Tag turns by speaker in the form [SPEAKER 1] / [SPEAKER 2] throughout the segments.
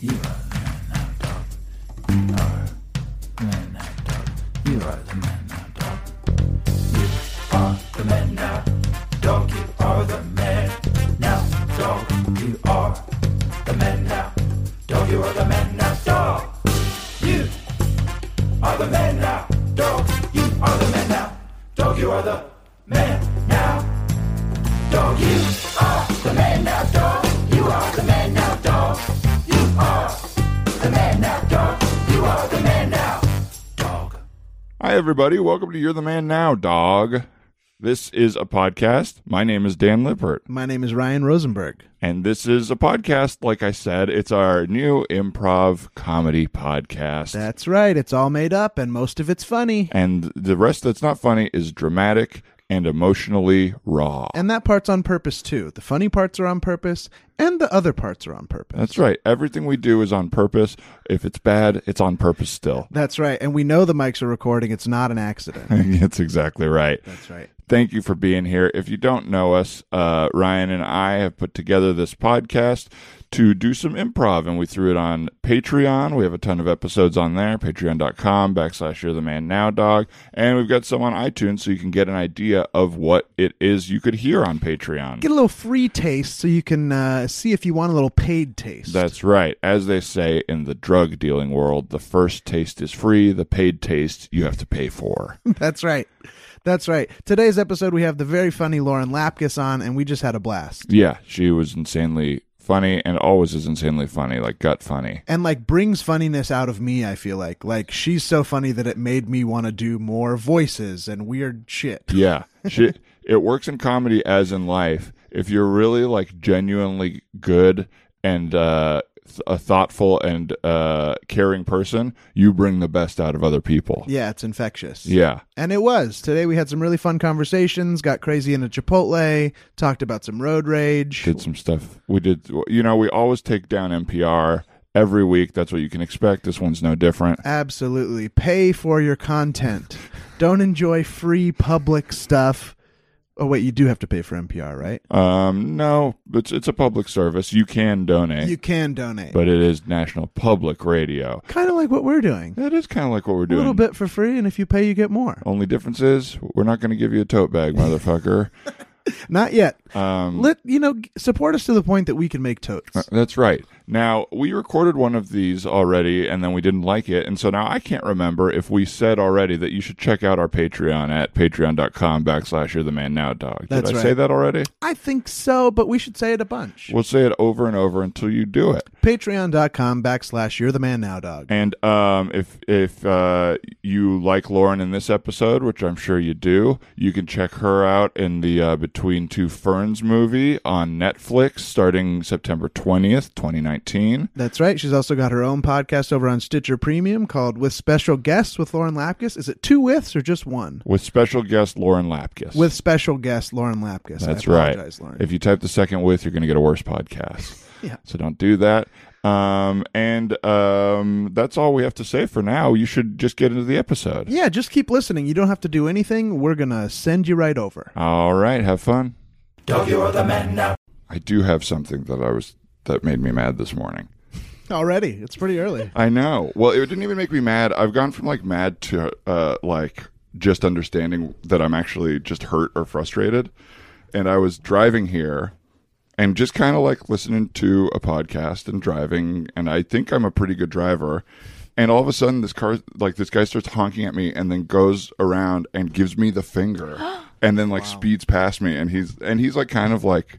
[SPEAKER 1] You are the man now, dog. You are the man now, dog. You are the man now, dog. You are the man now, dog. You are the man now, dog. You are the man now, dog. You are the man now, dog. You are the man now, dog. You are the man now, dog. You are the man now, dog. You are the man now, dog. You are the man now, dog. You are the man now, dog. You are the man now, dog.
[SPEAKER 2] Hi, everybody. Welcome to You're the Man Now, Dog. This is a podcast. My name is Dan Lippert,
[SPEAKER 3] My name is Ryan Rosenberg.
[SPEAKER 2] and this is a podcast. Like I said, it's our new improv comedy podcast.
[SPEAKER 3] That's right. It's all made up and most of it's funny.
[SPEAKER 2] and the rest that's not funny is dramatic and emotionally raw.
[SPEAKER 3] And that part's on purpose too. The funny parts are on purpose and the other parts are on purpose.
[SPEAKER 2] That's right. Everything we do is on purpose. If it's bad, it's on purpose still.
[SPEAKER 3] That's right. And we know the mics are recording. It's not an accident.
[SPEAKER 2] That's exactly right.
[SPEAKER 3] That's right.
[SPEAKER 2] Thank you for being here. If you don't know us, uh, Ryan and I have put together this podcast to do some improv, and we threw it on Patreon. We have a ton of episodes on there, patreon.com backslash you're the man now dog. And we've got some on iTunes so you can get an idea of what it is you could hear on Patreon.
[SPEAKER 3] Get a little free taste so you can uh, see if you want a little paid taste.
[SPEAKER 2] That's right. As they say in the drug dealing world, the first taste is free, the paid taste you have to pay for.
[SPEAKER 3] That's right. That's right. Today's episode, we have the very funny Lauren Lapkus on, and we just had a blast.
[SPEAKER 2] yeah, she was insanely funny and always is insanely funny, like gut funny.
[SPEAKER 3] and like brings funniness out of me i feel like like she's so funny that it made me want to do more voices and weird shit
[SPEAKER 2] Yeah. She, it works in comedy as in life. If you're really like genuinely good and uh, th- a thoughtful and uh, caring person, you bring the best out of other people.
[SPEAKER 3] yeah it's infectious
[SPEAKER 2] Yeah.
[SPEAKER 3] and it was today we had some really fun conversations got crazy in a chipotle talked about some road rage
[SPEAKER 2] Did some stuff. We did, you know, we always take down NPR every week. That's what you can expect. This one's no different.
[SPEAKER 3] absolutely pay for your content don't enjoy free public stuff oh wait you do have to pay for npr right
[SPEAKER 2] Um, no, it's it's a public service. You can donate,
[SPEAKER 3] you can donate
[SPEAKER 2] but it is national public radio.
[SPEAKER 3] kind of like what we're doing
[SPEAKER 2] That is kind of like what we're
[SPEAKER 3] a
[SPEAKER 2] doing.
[SPEAKER 3] little bit for free and if you pay you get more
[SPEAKER 2] Only difference is we're not going to give you a tote bag, motherfucker.
[SPEAKER 3] not yet
[SPEAKER 2] Um,
[SPEAKER 3] let you know g- support us to the point that we can make totes
[SPEAKER 2] Uh, That's right. Now, we recorded one of these already and then we didn't like it. And so now I can't remember if we said already that you should check out our Patreon at patreon.com backslash you're the man now dog. Did
[SPEAKER 3] That's
[SPEAKER 2] I
[SPEAKER 3] right.
[SPEAKER 2] say that already?
[SPEAKER 3] i think so but we should say it a bunch
[SPEAKER 2] We'll say it over and over until you do it.
[SPEAKER 3] patreon.com backslash you're the man now dog
[SPEAKER 2] And um, if if uh, you like Lauren in this episode, which I'm sure you do, you can check her out in the uh, Between Two Ferns movie on Netflix starting September 20th, 2019.
[SPEAKER 3] that's right she's also got her own podcast over on stitcher premium called with special guests with lauren lapkus is it two withs or just one
[SPEAKER 2] With special guest Lauren Lapkus.
[SPEAKER 3] with special guest lauren lapkus
[SPEAKER 2] That's
[SPEAKER 3] I
[SPEAKER 2] right.
[SPEAKER 3] apologize, lauren
[SPEAKER 2] If you type the second with, you're going to get a worse podcast.
[SPEAKER 3] Yeah.
[SPEAKER 2] So don't do that. Um, and um, that's all we have to say for now. You should just get into the episode.
[SPEAKER 3] yeah just keep listening you don't have to do anything we're gonna send you right over
[SPEAKER 2] All right. Have fun.
[SPEAKER 1] Dog, you are the man now.
[SPEAKER 2] I do have something that I was that made me mad this morning.
[SPEAKER 3] already it's pretty early
[SPEAKER 2] I know. Well, it didn't even make me mad. I've gone from like mad to uh, like just understanding that I'm actually just hurt or frustrated. And I was driving here and just kind of like listening to a podcast and driving. And I think I'm a pretty good driver. And all of a sudden, this car, like this guy starts honking at me and then goes around and gives me the finger and then like speeds past me. And he's, and he's like kind of like,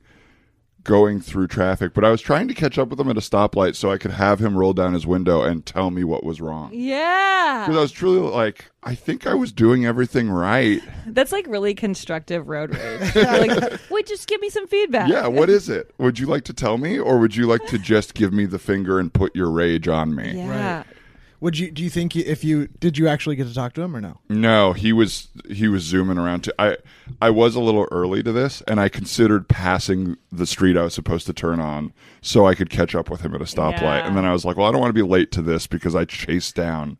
[SPEAKER 2] going through traffic, but I was trying to catch up with him at a stoplight so I could have him roll down his window and tell me what was wrong. Because
[SPEAKER 4] Yeah.
[SPEAKER 2] I was truly like, I think I was doing everything right.
[SPEAKER 4] That's like really constructive road rage. like, wait, just give me some feedback.
[SPEAKER 2] Yeah, what is it? Would you like to tell me, or would you like to just give me the finger and put your rage on me?
[SPEAKER 4] Yeah.
[SPEAKER 3] would you do you think you- if you did you actually get to talk to him or no
[SPEAKER 2] No, he was he was zooming around to I I was a little early to this and I considered passing the street I was supposed to turn on so I could catch up with him at a stoplight.
[SPEAKER 4] Yeah.
[SPEAKER 2] And then I was like, well, I don't want to be late to this because I chased down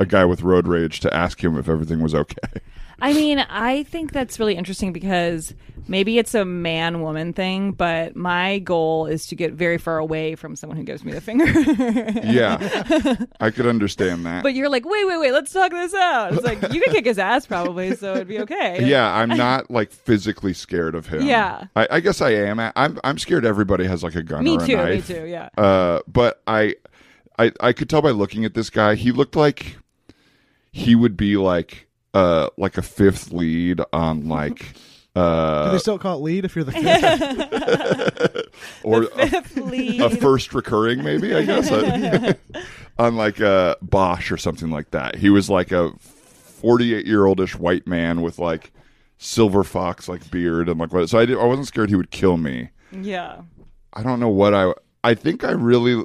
[SPEAKER 2] a guy with road rage to ask him if everything was okay.
[SPEAKER 4] I mean, I think that's really interesting because maybe it's a man woman thing, but my goal is to get very far away from someone who gives me the finger.
[SPEAKER 2] Yeah, I could understand that.
[SPEAKER 4] but you're like, wait, wait, wait, let's talk this out. It's like, you could kick his ass probably, so it'd be okay.
[SPEAKER 2] yeah, I'm not like physically scared of him.
[SPEAKER 4] Yeah.
[SPEAKER 2] I, I guess I am. I- I'm I'm scared. Everybody has like a gun
[SPEAKER 4] Me
[SPEAKER 2] or a
[SPEAKER 4] too, me
[SPEAKER 2] knife.
[SPEAKER 4] too, yeah.
[SPEAKER 2] Uh, but I, I, I could tell by looking at this guy. He looked like he would be like uh like a fifth lead on like
[SPEAKER 3] Do
[SPEAKER 2] uh
[SPEAKER 3] they still call it lead if you're the fifth?
[SPEAKER 2] or a,
[SPEAKER 4] Please.
[SPEAKER 2] a first recurring maybe I guess I- on like a Bosch or something like that. He was like a forty-eight year oldish white man with like silver fox like beard and like what. So I did, I wasn't scared he would kill me.
[SPEAKER 4] yeah.
[SPEAKER 2] I don't know what I I think I really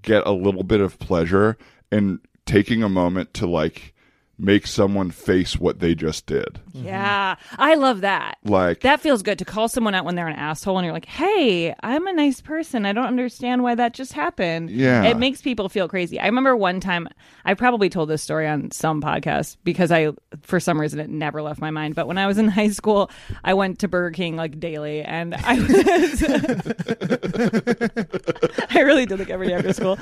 [SPEAKER 2] get a little bit of pleasure in taking a moment to like make someone face what they just did.
[SPEAKER 4] Yeah. I love that.
[SPEAKER 2] Mm-hmm. Like
[SPEAKER 4] That feels good to call someone out when they're an asshole and you're like, hey, I'm a nice person. I don't understand why that just happened.
[SPEAKER 2] Yeah.
[SPEAKER 4] It makes people feel crazy. I remember one time, I probably told this story on some podcast because I, for some reason, it never left my mind. But when I was in high school, I went to Burger King like daily and I was. I really did like every day after school.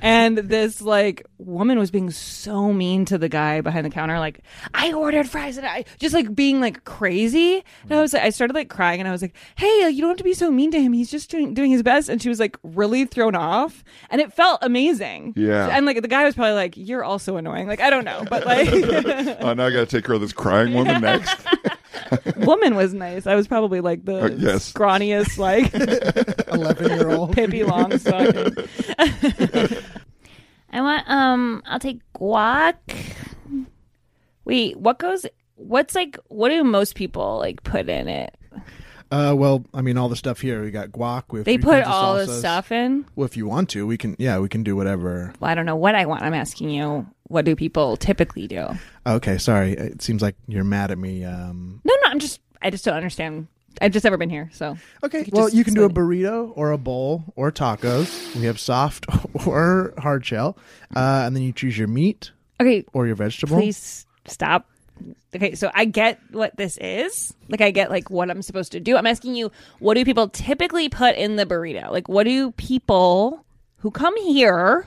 [SPEAKER 4] And this like woman was being so mean to the guy behind the counter, like, I ordered fries and I just like being like crazy. And I was like, I started like crying and I was like, Hey, like, you don't have to be so mean to him. He's just doing doing his best. And she was like really thrown off. And it felt amazing.
[SPEAKER 2] Yeah.
[SPEAKER 4] And like the guy was probably like, You're also annoying. Like, I don't know. But like
[SPEAKER 2] oh, now I got to take care of this crying woman next.
[SPEAKER 4] woman was nice. I was probably like the
[SPEAKER 2] Uh, yes.
[SPEAKER 4] scrawniest, like
[SPEAKER 3] Eleven year old.
[SPEAKER 4] Pippi Longstocking. I want um I'll take guac. Wait, what goes what's like what do most people like put in it?
[SPEAKER 3] Uh, well, I mean, all the stuff here. We got guac. We have
[SPEAKER 4] They
[SPEAKER 3] three
[SPEAKER 4] put
[SPEAKER 3] kinds of
[SPEAKER 4] all the
[SPEAKER 3] salsas.
[SPEAKER 4] stuff in?
[SPEAKER 3] Well, if you want to, we can. Yeah, we can do whatever.
[SPEAKER 4] Well, I don't know what I want. I'm asking you what do people typically do? No,
[SPEAKER 3] Okay, sorry. It seems like you're mad at me. Um,
[SPEAKER 4] no, I'm just I just don't understand. I've just ever been here, so
[SPEAKER 3] okay,
[SPEAKER 4] could
[SPEAKER 3] well,
[SPEAKER 4] just
[SPEAKER 3] you can do a
[SPEAKER 4] explain
[SPEAKER 3] burrito or a bowl or tacos. We have soft or hard shell, uh, and then you choose your meat
[SPEAKER 4] Okay,
[SPEAKER 3] or your vegetable.
[SPEAKER 4] please stop. Okay, so I get what this is. Like I get like what I'm supposed to do. I'm asking you, what do people typically put in the burrito? Like what do people who come here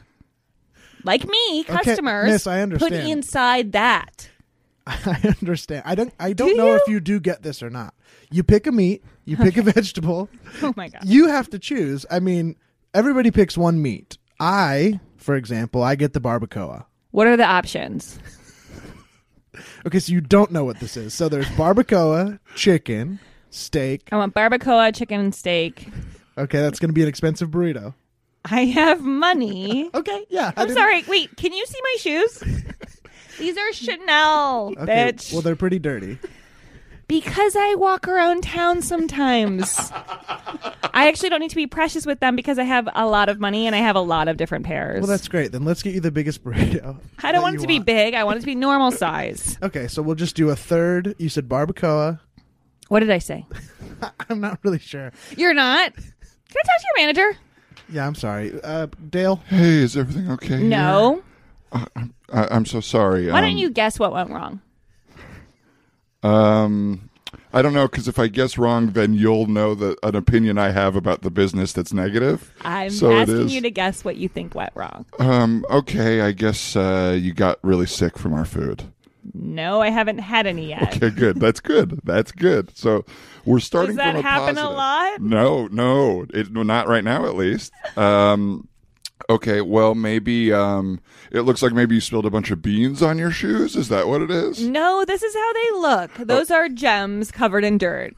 [SPEAKER 4] like me, customers,
[SPEAKER 3] miss, I understand.
[SPEAKER 4] put inside that?
[SPEAKER 3] I understand. I don't. I don't
[SPEAKER 4] Do
[SPEAKER 3] know
[SPEAKER 4] you?
[SPEAKER 3] if you do get this or not. You pick a meat. You pick a vegetable.
[SPEAKER 4] Oh my god.
[SPEAKER 3] You have to choose. I mean, everybody picks one meat. I, for example, I get the barbacoa.
[SPEAKER 4] What are the options?
[SPEAKER 3] Okay, so you don't know what this is. So there's barbacoa, chicken, steak.
[SPEAKER 4] I want barbacoa, chicken steak.
[SPEAKER 3] Okay, that's going to be an expensive burrito.
[SPEAKER 4] I have money.
[SPEAKER 3] Okay, yeah. I
[SPEAKER 4] I'm
[SPEAKER 3] didn't-
[SPEAKER 4] sorry. Wait, can you see my shoes? These are Chanel,
[SPEAKER 3] Okay,
[SPEAKER 4] bitch.
[SPEAKER 3] well, they're pretty dirty.
[SPEAKER 4] Because I walk around town sometimes. I actually don't need to be precious with them because I have a lot of money and I have a lot of different pairs.
[SPEAKER 3] Well, that's great. Then let's get you the biggest burrito.
[SPEAKER 4] I don't
[SPEAKER 3] that
[SPEAKER 4] want
[SPEAKER 3] you
[SPEAKER 4] it to be big. I want it to be normal size.
[SPEAKER 3] Okay, so we'll just do a third. You said barbacoa.
[SPEAKER 4] What did I say?
[SPEAKER 3] I'm not really sure.
[SPEAKER 4] You're not. Can I talk to your manager?
[SPEAKER 3] Yeah, I'm sorry. Uh, Dale,
[SPEAKER 2] Hey, is everything okay?
[SPEAKER 4] No.
[SPEAKER 2] I, I'm so sorry.
[SPEAKER 4] Why
[SPEAKER 2] um,
[SPEAKER 4] don't you guess what went wrong?
[SPEAKER 2] Um, I don't know because if I guess wrong, then you'll know that an opinion I have about the business that's negative.
[SPEAKER 4] I'm
[SPEAKER 2] so it
[SPEAKER 4] asking
[SPEAKER 2] is.
[SPEAKER 4] you to guess what you think went wrong.
[SPEAKER 2] Um, okay, I guess uh, you got really sick from our food.
[SPEAKER 4] No, I haven't had any yet.
[SPEAKER 2] Okay, good. That's good. That's good. So we're starting.
[SPEAKER 4] Does that
[SPEAKER 2] from a
[SPEAKER 4] happen
[SPEAKER 2] positive.
[SPEAKER 4] a lot?
[SPEAKER 2] No, no, it, no, not right now, at least. Um, okay, well, maybe um, it looks like maybe you spilled a bunch of beans on your shoes. Is that what it is?
[SPEAKER 4] No, this is how they look.
[SPEAKER 2] Oh.
[SPEAKER 4] Those are gems covered in dirt.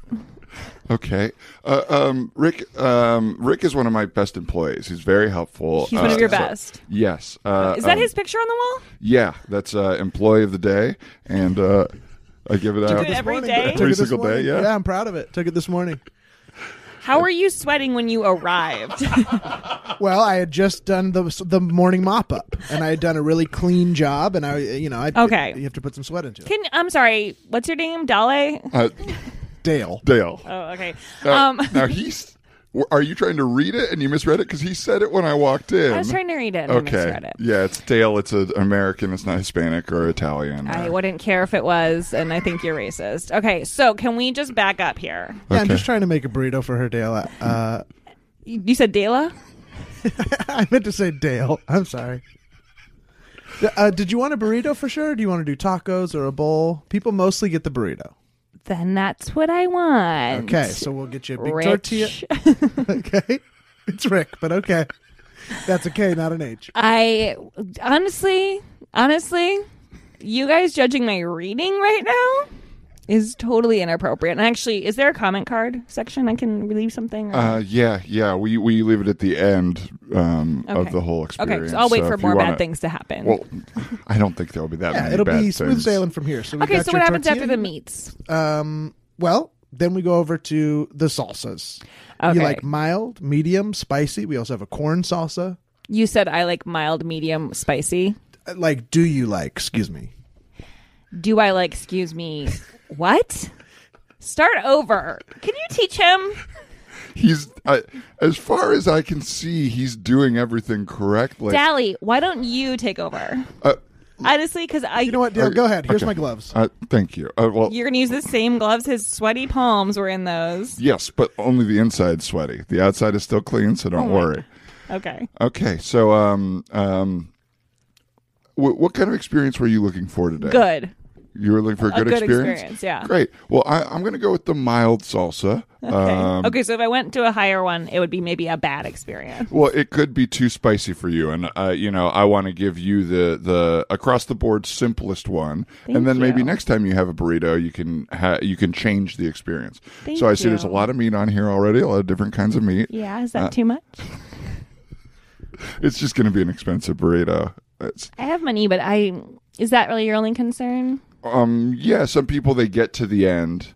[SPEAKER 2] Okay, uh, um, Rick. Um, Rick is one of my best employees. He's very helpful.
[SPEAKER 4] He's one of
[SPEAKER 2] Uh,
[SPEAKER 4] your
[SPEAKER 2] so-
[SPEAKER 4] best.
[SPEAKER 2] yes. Uh,
[SPEAKER 4] Is
[SPEAKER 2] um,
[SPEAKER 4] that his picture on the wall?
[SPEAKER 2] Yeah, that's uh, employee of the day, and uh, I give it out.
[SPEAKER 4] it every
[SPEAKER 3] Morning.
[SPEAKER 4] day?
[SPEAKER 3] Took it
[SPEAKER 2] Every
[SPEAKER 3] this
[SPEAKER 2] single day,
[SPEAKER 3] morning.
[SPEAKER 2] yeah.
[SPEAKER 3] Yeah, I'm proud of it. Took it this morning.
[SPEAKER 4] How were you sweating when you arrived?
[SPEAKER 3] Well, I had just done the the morning mop up, and I had done a really clean job, and I, you know, I
[SPEAKER 4] Okay.
[SPEAKER 3] you have to put some sweat into it.
[SPEAKER 4] Can I'm sorry, what's your name? Dale?
[SPEAKER 2] Uh,
[SPEAKER 3] Dale,
[SPEAKER 2] Dale.
[SPEAKER 4] Oh, okay.
[SPEAKER 2] Now,
[SPEAKER 4] um
[SPEAKER 2] now he's W- Are you trying to read it and you misread it? Because he said it when I walked in.
[SPEAKER 4] I was trying to read it and I
[SPEAKER 2] Okay.
[SPEAKER 4] misread it.
[SPEAKER 2] Yeah, it's stale. It's an American. It's not Hispanic or Italian.
[SPEAKER 4] I wouldn't care if it was, and I think you're racist. Okay, so can we just back up here?
[SPEAKER 3] Yeah, I'm
[SPEAKER 2] Okay.
[SPEAKER 3] just trying to make a burrito for her, Dale. Uh,
[SPEAKER 4] You you said Dela?
[SPEAKER 3] I meant to say Dale. I'm sorry. D- Uh, did you want a burrito for sure? Do you want to do tacos or a bowl? People mostly get the burrito.
[SPEAKER 4] Then that's what I want.
[SPEAKER 3] Okay, so we'll get you a big
[SPEAKER 4] Rich.
[SPEAKER 3] tortilla. Okay, it's Rick, but okay, that's a K, not an H.
[SPEAKER 4] I honestly, honestly, you guys judging my reading right now is totally inappropriate. And actually, is there a comment card section I can leave something? or-
[SPEAKER 2] Uh, yeah, yeah. We we leave it at the end um,
[SPEAKER 4] Okay.
[SPEAKER 2] of the whole
[SPEAKER 4] okay,
[SPEAKER 2] experience.
[SPEAKER 4] so I'll wait for
[SPEAKER 2] if you
[SPEAKER 4] more
[SPEAKER 2] wanna-
[SPEAKER 4] bad things to happen.
[SPEAKER 2] Well, I don't think there will be that
[SPEAKER 3] Yeah,
[SPEAKER 2] many
[SPEAKER 3] it'll
[SPEAKER 2] bad
[SPEAKER 3] be smooth
[SPEAKER 2] things.
[SPEAKER 3] sailing from here. So we
[SPEAKER 4] okay,
[SPEAKER 3] got
[SPEAKER 4] so
[SPEAKER 3] your
[SPEAKER 4] what happens
[SPEAKER 3] tortilla.
[SPEAKER 4] after the meats?
[SPEAKER 3] Um, well, then we go over to the salsas.
[SPEAKER 4] Okay.
[SPEAKER 3] You like mild, medium, spicy. We also have a corn salsa.
[SPEAKER 4] You said I like mild, medium, spicy.
[SPEAKER 3] Uh, Like, do you like? Excuse me.
[SPEAKER 4] Do I like, excuse me, what? Start over. Can you teach him?
[SPEAKER 2] He's I, as far as I can see, he's doing everything correctly.
[SPEAKER 4] Dally, why don't you take over?
[SPEAKER 2] Uh,
[SPEAKER 4] Honestly, because I.
[SPEAKER 3] You know what, Dale?
[SPEAKER 2] Okay.
[SPEAKER 3] Go ahead. Here's
[SPEAKER 2] Okay.
[SPEAKER 3] my gloves.
[SPEAKER 2] uh, thank you. Uh, well,
[SPEAKER 4] You're going to use the same gloves. His sweaty palms were in those.
[SPEAKER 2] yes, but only the inside's sweaty. The outside is still clean, so don't worry.
[SPEAKER 4] Okay.
[SPEAKER 2] Oh, Okay, so um um, wh- what kind of experience were you looking for today?
[SPEAKER 4] Good.
[SPEAKER 2] You were looking for a good,
[SPEAKER 4] good
[SPEAKER 2] experience?
[SPEAKER 4] experience, yeah.
[SPEAKER 2] Great. Well, I, I'm going to go with the mild salsa. Um, Okay.
[SPEAKER 4] Okay.
[SPEAKER 3] Um,
[SPEAKER 4] okay, so if I went to a higher one, it would be maybe a bad experience.
[SPEAKER 2] Well, it could be too spicy for you, and uh, you know I want to give you the the across the board simplest one, and then maybe
[SPEAKER 4] you.
[SPEAKER 2] next time you have a burrito, you can ha- you can change the experience.
[SPEAKER 4] Thank
[SPEAKER 2] so I see there's a
[SPEAKER 4] you.
[SPEAKER 2] lot of meat on here already, a lot of different kinds of meat.
[SPEAKER 4] Yeah, is that
[SPEAKER 3] Uh,
[SPEAKER 4] too much?
[SPEAKER 2] It's just going to be an expensive burrito. It's,
[SPEAKER 4] I have money, but I is that really your only concern?
[SPEAKER 2] um, yeah, some people they get to the end.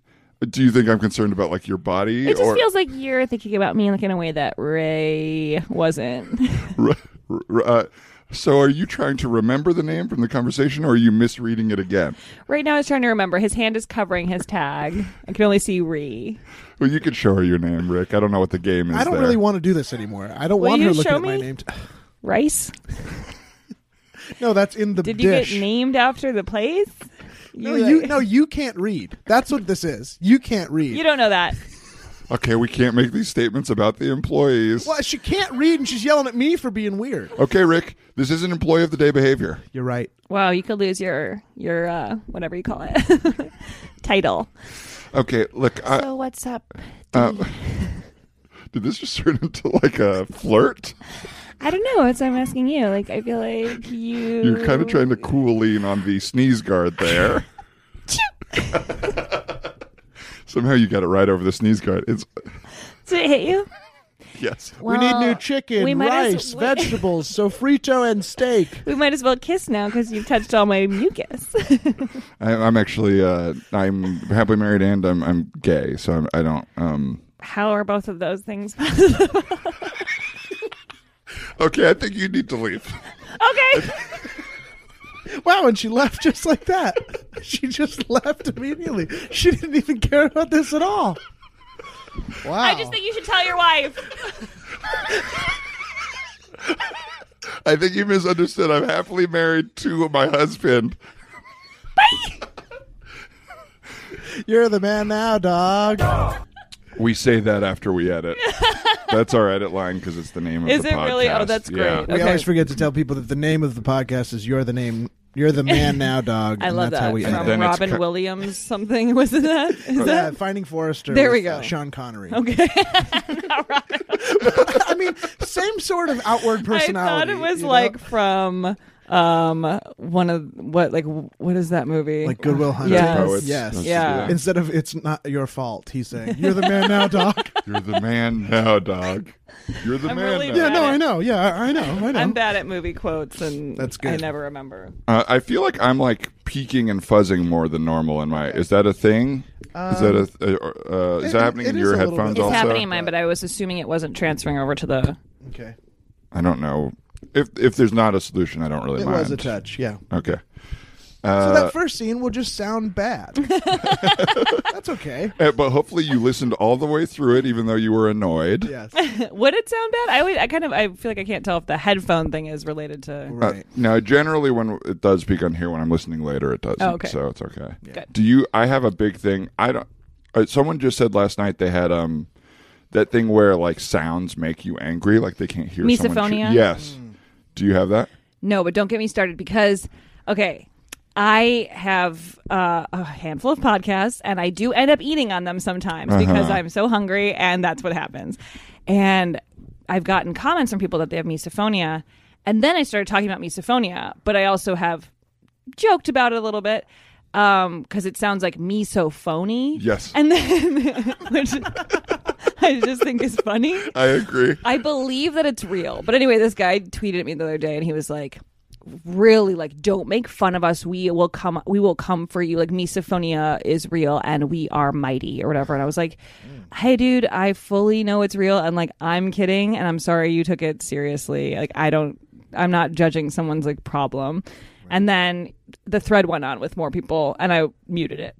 [SPEAKER 2] Do you think I'm concerned about like your body?
[SPEAKER 4] It just
[SPEAKER 2] or,
[SPEAKER 4] feels like you're thinking about me like in a way that Ray wasn't.
[SPEAKER 2] R- r- uh, so are you trying to remember the name from the conversation, or are you misreading it again?
[SPEAKER 4] right now, I was trying to remember. His hand is covering his tag. I can only see Re.
[SPEAKER 2] Well, you could show her your name, Rick. I don't know what the game is.
[SPEAKER 3] I don't
[SPEAKER 2] there.
[SPEAKER 3] really want to do this anymore. I don't
[SPEAKER 4] Will
[SPEAKER 3] want her
[SPEAKER 4] you
[SPEAKER 3] looking
[SPEAKER 4] show
[SPEAKER 3] at my
[SPEAKER 4] me?
[SPEAKER 3] name. t-
[SPEAKER 4] Rice.
[SPEAKER 3] no, that's in the
[SPEAKER 4] Did you
[SPEAKER 3] dish.
[SPEAKER 4] get named after the place?
[SPEAKER 3] No,
[SPEAKER 4] like-
[SPEAKER 3] you no, you can't read. That's what this is. You can't read.
[SPEAKER 4] You don't know that.
[SPEAKER 2] Okay, we can't make these statements about the employees.
[SPEAKER 3] well, she can't read, and she's yelling at me for being weird.
[SPEAKER 2] Okay, Rick, this isn't employee of the day behavior.
[SPEAKER 3] You're right.
[SPEAKER 4] Wow, you could lose your your uh, whatever you call it title.
[SPEAKER 2] Okay, look, I, uh,
[SPEAKER 4] so what's up?
[SPEAKER 2] did this just turn into like a flirt?
[SPEAKER 4] I don't know. That's why I'm asking you. Like, I feel like you.
[SPEAKER 2] You're kind of trying to cool lean on the sneeze guard there. Somehow you got it right over the sneeze guard. It's
[SPEAKER 4] Did it hit you?
[SPEAKER 2] yes.
[SPEAKER 4] Well,
[SPEAKER 3] we need new chicken,
[SPEAKER 4] we might as-
[SPEAKER 3] rice,
[SPEAKER 4] we-
[SPEAKER 3] vegetables, sofrito, and steak.
[SPEAKER 4] We might as well kiss now because you've touched all my mucus.
[SPEAKER 2] I, I'm actually uh, I'm happily married and I'm I'm gay, so I'm, I don't. Um,
[SPEAKER 4] How are both of those things? okay.
[SPEAKER 2] okay, I think you need to leave.
[SPEAKER 3] Wow, and she left just like that. she just left immediately. She didn't even care about this at all. Wow.
[SPEAKER 4] I just think you should tell your wife.
[SPEAKER 2] I think you misunderstood. I'm happily married to my husband.
[SPEAKER 3] You're the man now, dog.
[SPEAKER 2] We say that after we edit. that's our edit line because it's the name of
[SPEAKER 4] Is
[SPEAKER 2] the
[SPEAKER 4] it
[SPEAKER 2] podcast.
[SPEAKER 4] really? Oh, that's
[SPEAKER 2] Yeah.
[SPEAKER 4] great.
[SPEAKER 3] We
[SPEAKER 4] Okay.
[SPEAKER 3] always forget to tell people that the name of the podcast is You're the Name You're the Man Now Dog.
[SPEAKER 4] I
[SPEAKER 3] and
[SPEAKER 4] love
[SPEAKER 3] that's how
[SPEAKER 4] that.
[SPEAKER 3] we
[SPEAKER 4] From
[SPEAKER 3] end it.
[SPEAKER 2] then it's
[SPEAKER 4] Robin
[SPEAKER 2] cut-
[SPEAKER 4] Williams, something wasn't that? Is
[SPEAKER 3] Yeah,
[SPEAKER 4] that
[SPEAKER 3] Finding Forrester.
[SPEAKER 4] There we
[SPEAKER 3] with,
[SPEAKER 4] go.
[SPEAKER 3] uh, Sean Connery.
[SPEAKER 4] okay? Not Robin.
[SPEAKER 3] I mean, same sort of outward
[SPEAKER 4] I
[SPEAKER 3] personality.
[SPEAKER 4] thought it was
[SPEAKER 3] you know?
[SPEAKER 4] like from um one of what like what is that movie?
[SPEAKER 3] like Goodwill Hunting.
[SPEAKER 4] Yes.
[SPEAKER 2] Poets.
[SPEAKER 3] Yes.
[SPEAKER 2] That's-
[SPEAKER 4] Yeah.
[SPEAKER 3] Instead of it's not your fault, he's saying You're the Man Now, dog.
[SPEAKER 2] You're the man now, dog. You're the
[SPEAKER 4] I'm
[SPEAKER 2] man
[SPEAKER 4] really
[SPEAKER 2] now.
[SPEAKER 3] yeah,
[SPEAKER 4] bad.
[SPEAKER 3] no, I know. Yeah, I I know. I know.
[SPEAKER 4] I'm bad at movie quotes, and
[SPEAKER 3] That's
[SPEAKER 4] I
[SPEAKER 3] good.
[SPEAKER 4] never remember.
[SPEAKER 2] Uh, I feel like I'm like peeking and fuzzing more than normal in my. Is that a thing? is that a? th- Uh, uh, is
[SPEAKER 3] Um, it-
[SPEAKER 2] that happening
[SPEAKER 3] it
[SPEAKER 2] in
[SPEAKER 3] is
[SPEAKER 2] your
[SPEAKER 3] a little
[SPEAKER 2] headphones
[SPEAKER 3] bit.
[SPEAKER 4] It's
[SPEAKER 2] also?
[SPEAKER 4] happening in mine, but I was assuming it wasn't transferring over to the.
[SPEAKER 3] Okay.
[SPEAKER 2] I don't know. If if there's not a solution, I don't really
[SPEAKER 3] It
[SPEAKER 2] mind. Uh,
[SPEAKER 3] was a touch, yeah.
[SPEAKER 2] Okay.
[SPEAKER 3] so that first scene will just sound bad. That's okay.
[SPEAKER 2] Uh, but hopefully you listened all the way through it, even though you were annoyed.
[SPEAKER 3] Yes.
[SPEAKER 2] Uh,
[SPEAKER 4] Would it sound bad? I always, I kind of, I feel like I can't tell if the headphone thing is related to.
[SPEAKER 2] Uh,
[SPEAKER 3] Right.
[SPEAKER 2] now, generally, when it does peak on here, when I'm listening later, it doesn't.
[SPEAKER 4] Oh, okay.
[SPEAKER 2] So it's okay.
[SPEAKER 4] Good.
[SPEAKER 2] Do you? I have a big thing. I don't. Uh, someone just said last night they had um that thing where like sounds make you angry, like they can't hear. someone chew-
[SPEAKER 4] Misophonia? Hmm.
[SPEAKER 2] Yes. Do you have that?
[SPEAKER 4] No, but don't get me started because, okay, I have uh, a handful of podcasts and I do end up eating on them sometimes because I'm so hungry and that's what happens. And I've gotten comments from people that they have misophonia. And then I started talking about misophonia, but I also have joked about it a little bit because it sounds like misophony.
[SPEAKER 2] Yes.
[SPEAKER 4] And then, which I just think is funny.
[SPEAKER 2] I agree.
[SPEAKER 4] I believe that it's real. But anyway, this guy tweeted at me the other day and he was like, really like don't make fun of us we will come we will come for you like misophonia is real and we are mighty or whatever and i was like hey dude i fully know it's real and like i'm kidding and i'm sorry you took it seriously like i don't i'm not judging someone's like problem and then the thread went on with more people and i muted it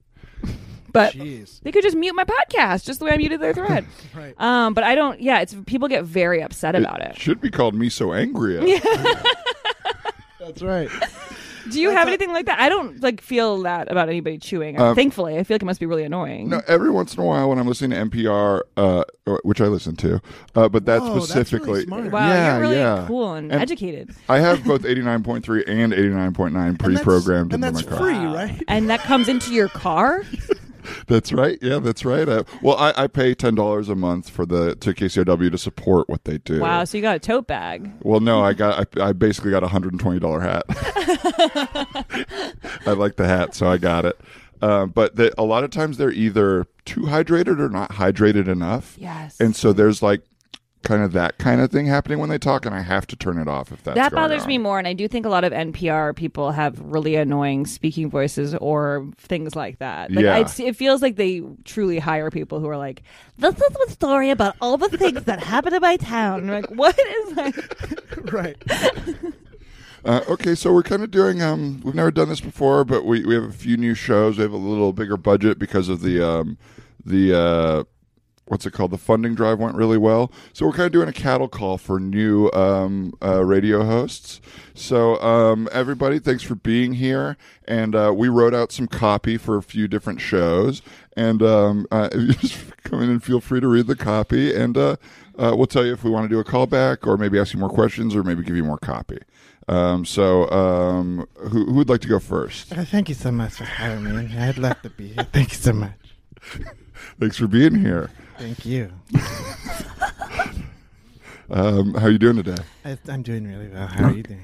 [SPEAKER 4] but
[SPEAKER 3] Jeez.
[SPEAKER 4] they could just mute my podcast just the way I muted their thread.
[SPEAKER 3] Right.
[SPEAKER 4] Um, but I don't. Yeah, it's people get very upset about it.
[SPEAKER 2] should be called me so angry. At.
[SPEAKER 3] That's right.
[SPEAKER 4] Do you have anything like that? I don't like feel that about anybody chewing. Thankfully, I feel like it must be really annoying.
[SPEAKER 2] Um, No, every once in a while when I'm listening to NPR, uh, which I listen to, uh, but that
[SPEAKER 3] Whoa, that's really
[SPEAKER 2] specifically.
[SPEAKER 3] smart.
[SPEAKER 4] wow,
[SPEAKER 2] yeah,
[SPEAKER 4] you're really
[SPEAKER 2] yeah.
[SPEAKER 4] cool and,
[SPEAKER 2] And-
[SPEAKER 4] educated,
[SPEAKER 2] I have both 89.3 and 89.9
[SPEAKER 3] And that's-
[SPEAKER 2] pre-programmed
[SPEAKER 3] and
[SPEAKER 2] into
[SPEAKER 3] that's
[SPEAKER 2] my car.
[SPEAKER 3] free, right?
[SPEAKER 4] and that comes into your car.
[SPEAKER 2] That's right. Yeah, that's right. Uh, well, I, I pay ten dollars a month for the to KCOW to support what they do.
[SPEAKER 4] Wow, so you got a tote bag.
[SPEAKER 2] Well, no, I got I, I basically got a hundred and twenty dollar hat. I like the hat, so I got it. Uh, but they, a lot of times they're either too hydrated or not hydrated enough.
[SPEAKER 4] Yes.
[SPEAKER 2] And so there's like kind of that kind of thing happening when they talk, and I have to turn it off if that's
[SPEAKER 4] that
[SPEAKER 2] going
[SPEAKER 4] bothers
[SPEAKER 2] on.
[SPEAKER 4] me more, and I do think a lot of NPR people have really annoying speaking voices or things like that. Like,
[SPEAKER 2] Yeah.
[SPEAKER 4] it's, it feels like they truly hire people who are like, "This is the story about all the things that happened in my town." And you're like, what is that?
[SPEAKER 3] Right.
[SPEAKER 2] Uh, okay, so we're kind of doing. Um, we've never done this before, but we, we have a few new shows. We have a little bigger budget because of the um, the uh, what's it called? The funding drive went really well, so we're kind of doing a cattle call for new um, uh, radio hosts. So um, everybody, thanks for being here, and uh, we wrote out some copy for a few different shows, and um, uh, if you just come in and feel free to read the copy, and uh, uh, we'll tell you if we want to do a callback or maybe ask you more questions or maybe give you more copy. Um, so, um, who who would like to go first?
[SPEAKER 5] Uh, Thank you so much for having me. I'd love to be here. Thank you so much.
[SPEAKER 2] Thanks for being here.
[SPEAKER 5] Thank you.
[SPEAKER 2] Um, how are you doing today?
[SPEAKER 5] I, I'm doing really well. How are you doing?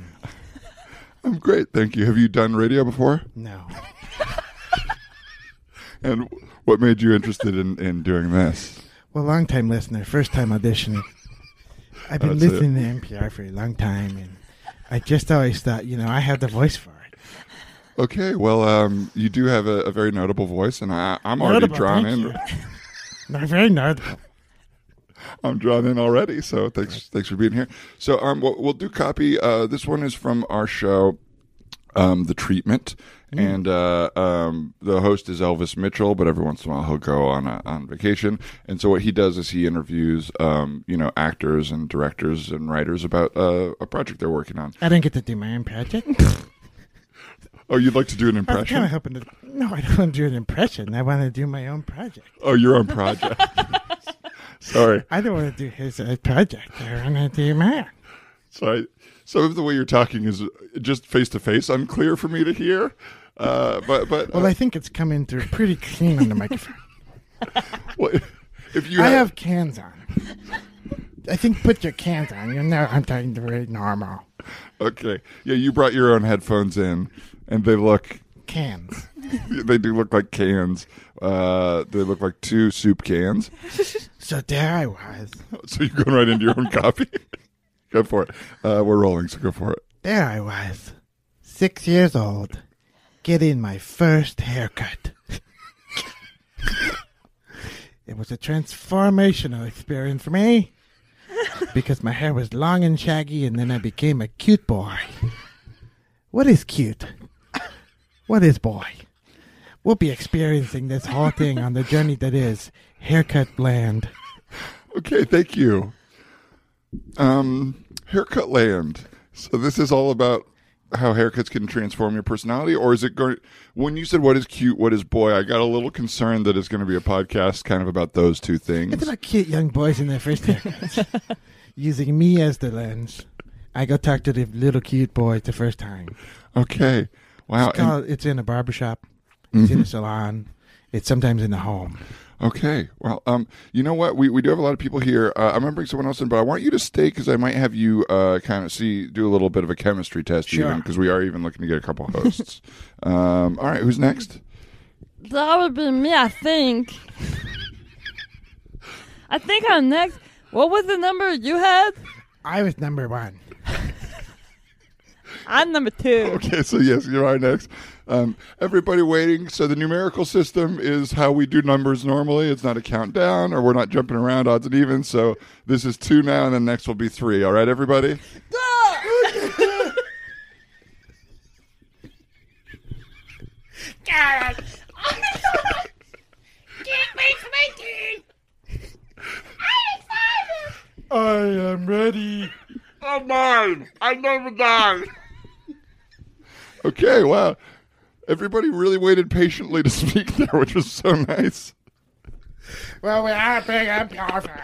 [SPEAKER 2] I'm great, thank you. Have you done radio before?
[SPEAKER 5] No.
[SPEAKER 2] And what made you interested in, in doing this?
[SPEAKER 5] Well, long time listener, first time auditioning. I've been
[SPEAKER 2] That's it.
[SPEAKER 5] listening to NPR for a long time, and I just always thought, you know, I have the voice for it.
[SPEAKER 2] Okay, well, um, you do have a, a very notable voice, and I, I'm already
[SPEAKER 5] Notable,
[SPEAKER 2] drawn
[SPEAKER 5] thank
[SPEAKER 2] in.
[SPEAKER 5] you. Not very notable.
[SPEAKER 2] I'm drawn in already. So thanks, thanks for being here. So um, we'll, we'll do copy. Uh, this one is from our show, um, the treatment, and uh, um, the host is Elvis Mitchell. But every once in a while, he'll go on a, on vacation. And so what he does is he interviews, um, you know, actors and directors and writers about uh, a project they're working on.
[SPEAKER 5] I didn't get to do my own project.
[SPEAKER 2] Oh, you'd like to do an
[SPEAKER 5] I was kind of
[SPEAKER 2] impression?
[SPEAKER 5] hoping to. No, I don't want to do an impression. I want to do my own project.
[SPEAKER 2] Oh, your own project. Sorry.
[SPEAKER 5] I don't want to do his uh, project. I want to do mine.
[SPEAKER 2] So, I, some of the way you're talking is just face to face, unclear for me to hear. Uh, but but
[SPEAKER 5] Well, I think it's coming through pretty clean on the microphone.
[SPEAKER 2] Well, if you
[SPEAKER 5] I
[SPEAKER 2] have,
[SPEAKER 5] have cans on. I think put your cans on. You know I'm talking to very normal
[SPEAKER 2] okay, yeah, you brought your own headphones in, and they look
[SPEAKER 5] cans.
[SPEAKER 2] they do look like cans. Uh, they look like two soup cans.
[SPEAKER 5] So there I was.
[SPEAKER 2] So you're going right into your own copy. go for it. Uh, we're rolling, so go for it.
[SPEAKER 5] There I was, six years old, getting my first haircut. it was a transformational experience for me because my hair was long and shaggy, and then I became a cute boy. What is cute? What is boy? We'll be experiencing this whole thing on the journey that is haircut land.
[SPEAKER 2] Okay, thank you. Um, haircut land. So this is all about how haircuts can transform your personality, or is it going? When you said what is cute, what is boy, I got a little concerned that it's going to be a podcast kind of about those two
[SPEAKER 5] It's
[SPEAKER 2] things.
[SPEAKER 5] about cute young boys in their first haircuts. Using me as the lens, I go talk to the little cute boys the first time.
[SPEAKER 2] Okay, wow.
[SPEAKER 5] It's,
[SPEAKER 2] and- Mm-hmm.
[SPEAKER 5] called, it's in a barbershop, it's in a salon, it's sometimes in the home.
[SPEAKER 2] Okay. Well, um, you know what? We, we do have a lot of people here. Uh, I'm going to bring someone else in, but I want you to stay because I might have you uh, kind of see, do a little bit of a chemistry test
[SPEAKER 5] Sure.
[SPEAKER 2] because we are even looking to get a couple hosts. um, all right. Who's next?
[SPEAKER 4] That would be me, I think. I think I'm next. What was the number you had?
[SPEAKER 5] I was number one.
[SPEAKER 4] I'm number two.
[SPEAKER 2] Okay. So, yes, you are next. Um, everybody waiting. So, the numerical system is how we do numbers normally. It's not a countdown or we're not jumping around odds and evens. So, this is two now, and then next will be three. All right, everybody?
[SPEAKER 5] I am ready.
[SPEAKER 2] Okay, wow. Everybody really waited patiently to speak there, which was so nice.
[SPEAKER 5] Well, we are big and powerful.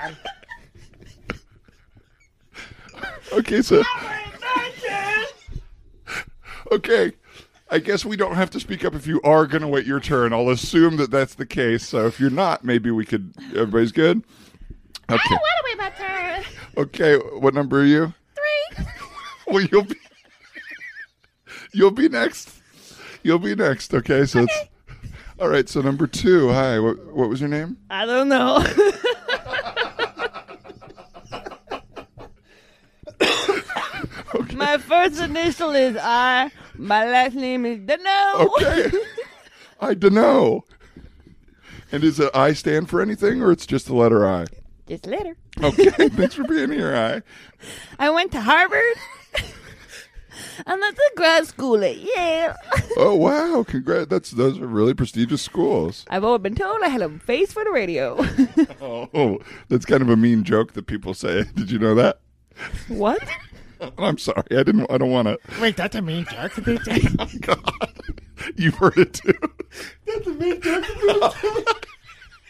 [SPEAKER 2] Okay, so. Okay, I guess we don't have to speak up if you are going to wait your turn. I'll assume that that's the case. So if you're not, maybe we could. Everybody's good? Okay.
[SPEAKER 6] wait my turn.
[SPEAKER 2] Okay, what number are you?
[SPEAKER 6] Three.
[SPEAKER 2] Well, you'll be. You'll be next. You'll be next. Okay, so it's. All right, so number two. Hi, what, what was your name?
[SPEAKER 4] I don't know. My first initial is I. My last name is
[SPEAKER 6] Oh.
[SPEAKER 4] Dano.
[SPEAKER 2] Okay. I don't know. And is it I stand for anything or it's just the letter I?
[SPEAKER 4] Just later.
[SPEAKER 2] Okay. Thanks for being here, I.
[SPEAKER 4] I went to Harvard. I'm not a grad school at Yale.
[SPEAKER 2] Oh wow, congrats. That's those are really prestigious schools.
[SPEAKER 4] I've always been told I had a face for the radio.
[SPEAKER 2] Oh, that's kind of a mean joke that people say. Did you know that?
[SPEAKER 4] what?
[SPEAKER 2] I'm sorry. I didn't I don't want to.
[SPEAKER 5] Wait, that's a mean joke.
[SPEAKER 2] Oh, God. You've heard it too. That's a mean joke.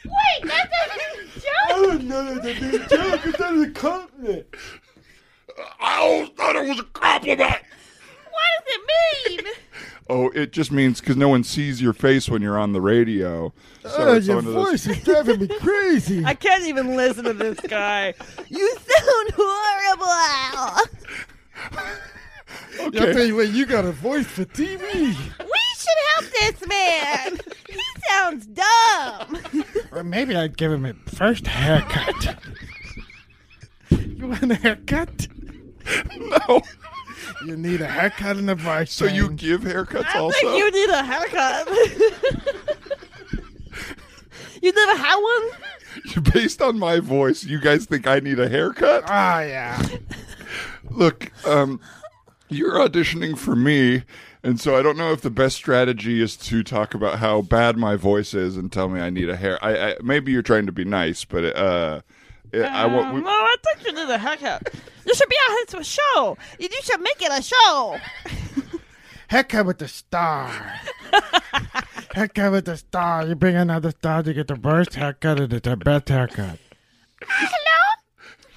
[SPEAKER 6] Wait, that's a joke.
[SPEAKER 5] Oh, no, that's a mean joke. It's not a compliment.
[SPEAKER 2] I always thought it was a compliment.
[SPEAKER 6] What does it mean?
[SPEAKER 2] Oh, it just means because no one sees your face when you're on the radio. So
[SPEAKER 5] Oh,
[SPEAKER 2] it's
[SPEAKER 5] your
[SPEAKER 2] one of those-
[SPEAKER 5] voice is driving me crazy.
[SPEAKER 4] I can't even listen to this guy. You sound horrible.
[SPEAKER 5] I'll tell you what, you got a voice for TV.
[SPEAKER 4] We should help this man. He sounds dumb.
[SPEAKER 5] Or maybe I'd give him a first haircut. you want a haircut?
[SPEAKER 2] No.
[SPEAKER 5] You need a haircut and a voice.
[SPEAKER 2] So you
[SPEAKER 5] change.
[SPEAKER 2] give haircuts also?
[SPEAKER 4] you need a haircut. you never had one?
[SPEAKER 2] Based on my voice, you guys think I need a haircut?
[SPEAKER 5] Ah, yeah.
[SPEAKER 2] Look, um, you're auditioning for me, and so I don't know if the best strategy is to talk about how bad my voice is and tell me I need a hair. I, I maybe you're trying to be nice, but uh, it, I won't.
[SPEAKER 4] Um,
[SPEAKER 2] we-
[SPEAKER 4] well, I think you need a haircut. You should be out here to a show. You you should make it a show.
[SPEAKER 5] Haircut with the star. haircut with the star. You bring another star to get the worst haircut and it's the best haircut.
[SPEAKER 6] Hello?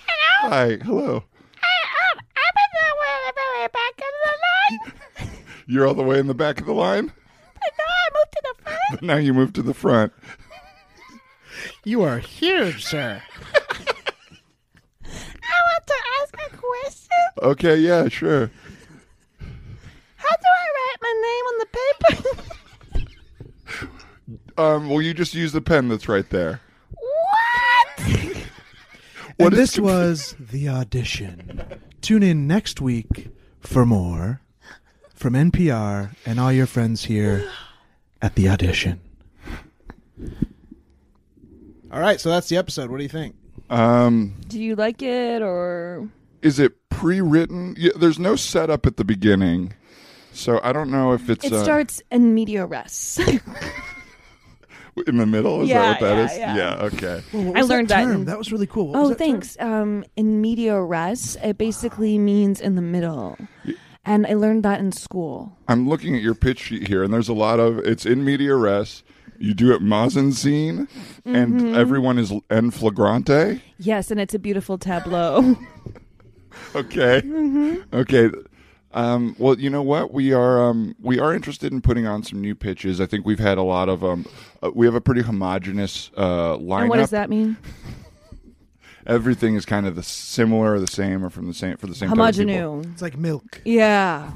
[SPEAKER 6] Hello?
[SPEAKER 2] Hi, hello.
[SPEAKER 6] I, um, I'm in the way, the way back of the line.
[SPEAKER 2] You're all the way in the back of the line.
[SPEAKER 6] But now I moved to the front.
[SPEAKER 2] But now you move to the front.
[SPEAKER 5] You are huge, sir.
[SPEAKER 6] I want to ask a question.
[SPEAKER 2] Okay, yeah, sure.
[SPEAKER 6] How do I write my name on the paper?
[SPEAKER 2] Um, well, you just use the pen that's right there.
[SPEAKER 6] what?
[SPEAKER 2] What
[SPEAKER 3] and
[SPEAKER 2] is
[SPEAKER 3] this
[SPEAKER 2] conf-
[SPEAKER 3] was the audition. Tune in next week for more from NPR and all your friends here at the audition. All right, so that's the episode. What do you think?
[SPEAKER 2] Um,
[SPEAKER 4] Do you like it or
[SPEAKER 2] is it pre-written? Yeah, there's no setup at the beginning, So I don't know if it's
[SPEAKER 6] It
[SPEAKER 2] uh,
[SPEAKER 6] starts in meteoress.
[SPEAKER 2] in the middle. Is
[SPEAKER 4] Yeah,
[SPEAKER 2] that what that is?
[SPEAKER 4] yeah, yeah.
[SPEAKER 2] okay.
[SPEAKER 3] What
[SPEAKER 4] I
[SPEAKER 3] was
[SPEAKER 4] learned that
[SPEAKER 3] term?
[SPEAKER 4] in-
[SPEAKER 3] That was really cool. What was
[SPEAKER 6] oh,
[SPEAKER 3] that term?
[SPEAKER 6] thanks. Um, in meteoress, it basically means in the middle. And I learned that in school.
[SPEAKER 2] I'm looking at your pitch sheet here, and there's a lot of it's in media res. You do it Mazenzine,
[SPEAKER 4] Mm-hmm.
[SPEAKER 2] and everyone is en flagrante.
[SPEAKER 4] Yes, and it's a beautiful tableau.
[SPEAKER 2] Okay,
[SPEAKER 4] Mm-hmm.
[SPEAKER 2] okay. Um, well, you know what? We are um, we are interested in putting on some new pitches. I think we've had a lot of um, uh, we have a pretty homogenous uh, lineup.
[SPEAKER 4] and what does that mean?
[SPEAKER 2] Everything is kind of the similar, or the same, or from the same for the same type of people.
[SPEAKER 4] Homogenous.
[SPEAKER 3] It's like milk,
[SPEAKER 4] Yeah.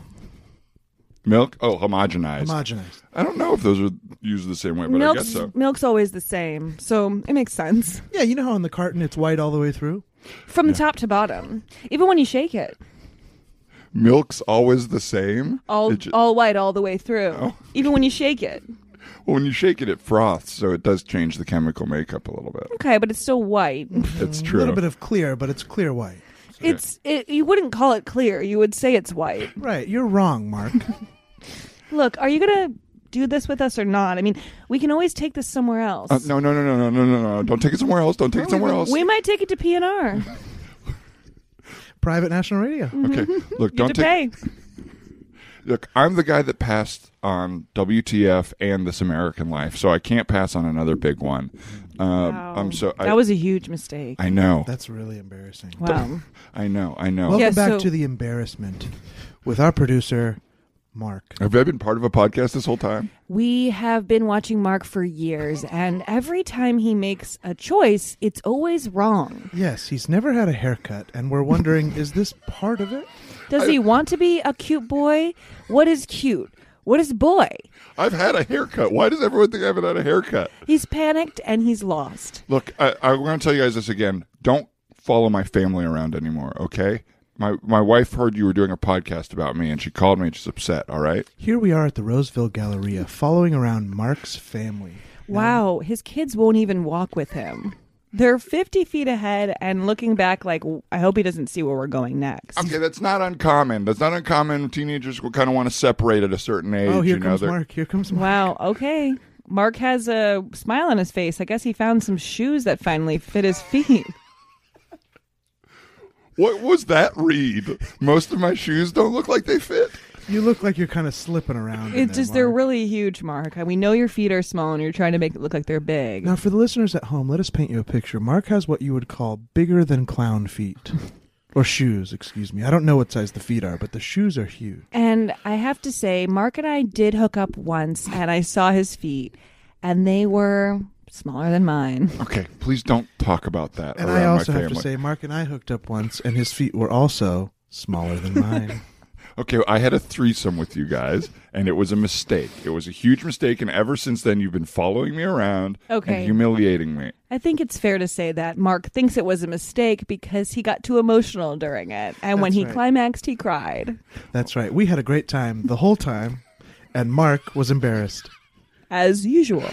[SPEAKER 2] Milk? Oh, homogenized.
[SPEAKER 3] homogenized.
[SPEAKER 2] I don't know if those are used the same way, but I
[SPEAKER 4] milk's,
[SPEAKER 2] guess so.
[SPEAKER 4] milk's always the same, so it makes sense.
[SPEAKER 3] Yeah, you know how on the carton it's white all the way through.
[SPEAKER 4] From top to bottom. Even when you shake it.
[SPEAKER 2] Milk's always the same.
[SPEAKER 4] All
[SPEAKER 2] It ju-
[SPEAKER 4] all white all the way through.
[SPEAKER 2] Oh.
[SPEAKER 4] Even when you shake it.
[SPEAKER 2] Well, when you shake it, it froths, so it does change the chemical makeup a little bit.
[SPEAKER 4] Okay, but it's still white.
[SPEAKER 2] It's
[SPEAKER 3] A
[SPEAKER 4] Mm.
[SPEAKER 2] true.
[SPEAKER 3] little bit of clear, but it's clear white.
[SPEAKER 4] It's it, you wouldn't call it clear. You would say it's white.
[SPEAKER 3] Right, you're wrong, Mark.
[SPEAKER 4] Look, are you gonna do this with us or not? I mean, we can always take this somewhere else.
[SPEAKER 2] Uh, no, no, no, no, no, no, no, no! Don't take it somewhere else. Don't take it somewhere else.
[SPEAKER 4] We might take it to PNR.
[SPEAKER 3] Private national radio.
[SPEAKER 4] Mm.
[SPEAKER 2] Okay, look,
[SPEAKER 4] You have
[SPEAKER 2] don't
[SPEAKER 4] to
[SPEAKER 2] take.
[SPEAKER 4] pay.
[SPEAKER 2] Look, I'm the guy that passed on WTF and This American Life, so I can't pass on another big one. Um, I'm so. I,
[SPEAKER 4] that was a huge mistake.
[SPEAKER 2] I know.
[SPEAKER 3] That's really embarrassing.
[SPEAKER 4] Wow.
[SPEAKER 2] I know. I know.
[SPEAKER 3] Welcome
[SPEAKER 4] Yeah,
[SPEAKER 3] back
[SPEAKER 4] so-
[SPEAKER 3] to the embarrassment with our producer, Mark.
[SPEAKER 2] Have I been part of a podcast this whole time?
[SPEAKER 4] We have been watching Mark for years, and every time he makes a choice, it's always wrong.
[SPEAKER 3] Yes, he's never had a haircut, and we're wondering, is this part of it?
[SPEAKER 4] Does he want to be a cute boy? What is cute? What is boy?
[SPEAKER 2] I've had a haircut. Why does everyone think I haven't had a haircut?
[SPEAKER 4] He's panicked and he's lost.
[SPEAKER 2] Look, I, I'm going to tell you guys this again. Don't follow my family around anymore, okay? My my wife heard you were doing a podcast about me, and she called me. and She's upset. All right.
[SPEAKER 3] Here we are at the Roseville Galleria, following around Mark's family.
[SPEAKER 4] Wow, his kids won't even walk with him. They're 50 feet ahead and looking back, like, I hope he doesn't see where we're going next.
[SPEAKER 2] Okay, that's not uncommon. That's not uncommon. Teenagers will kind of want to separate at a certain age.
[SPEAKER 3] Oh, here
[SPEAKER 2] you know,
[SPEAKER 3] comes
[SPEAKER 2] they're-
[SPEAKER 3] Mark. Here comes Mark.
[SPEAKER 4] Wow, okay. Mark has a smile on his face. I guess he found some shoes that finally fit his feet.
[SPEAKER 2] What was that read? Most of my shoes don't look like they fit.
[SPEAKER 3] You look like you're kind of slipping around. in
[SPEAKER 4] It's
[SPEAKER 3] there,
[SPEAKER 4] just they're
[SPEAKER 3] Mark.
[SPEAKER 4] really huge, Mark. We know your feet are small, and you're trying to make it look like they're big.
[SPEAKER 3] Now, for the listeners at home, let us paint you a picture. Mark has what you would call bigger than clown feet. Or shoes, excuse me. I don't know what size the feet are, but the shoes are huge.
[SPEAKER 4] And I have to say, Mark and I did hook up once, and I saw his feet, and they were smaller than mine.
[SPEAKER 2] Okay, please don't talk about that.
[SPEAKER 3] And
[SPEAKER 2] around
[SPEAKER 3] I also
[SPEAKER 2] my
[SPEAKER 3] have
[SPEAKER 2] family.
[SPEAKER 3] to say, Mark and I hooked up once, and his feet were also smaller than mine.
[SPEAKER 2] Okay, I had a threesome with you guys, and it was a mistake. It was a huge mistake, and ever since then, you've been following me around
[SPEAKER 4] Okay.
[SPEAKER 2] and humiliating me.
[SPEAKER 4] I think it's fair to say that Mark thinks it was a mistake because he got too emotional during it, and when
[SPEAKER 3] That's
[SPEAKER 4] he
[SPEAKER 3] right.
[SPEAKER 4] climaxed, he cried,
[SPEAKER 3] That's right. We had a great time the whole time, and Mark was embarrassed.
[SPEAKER 4] as usual,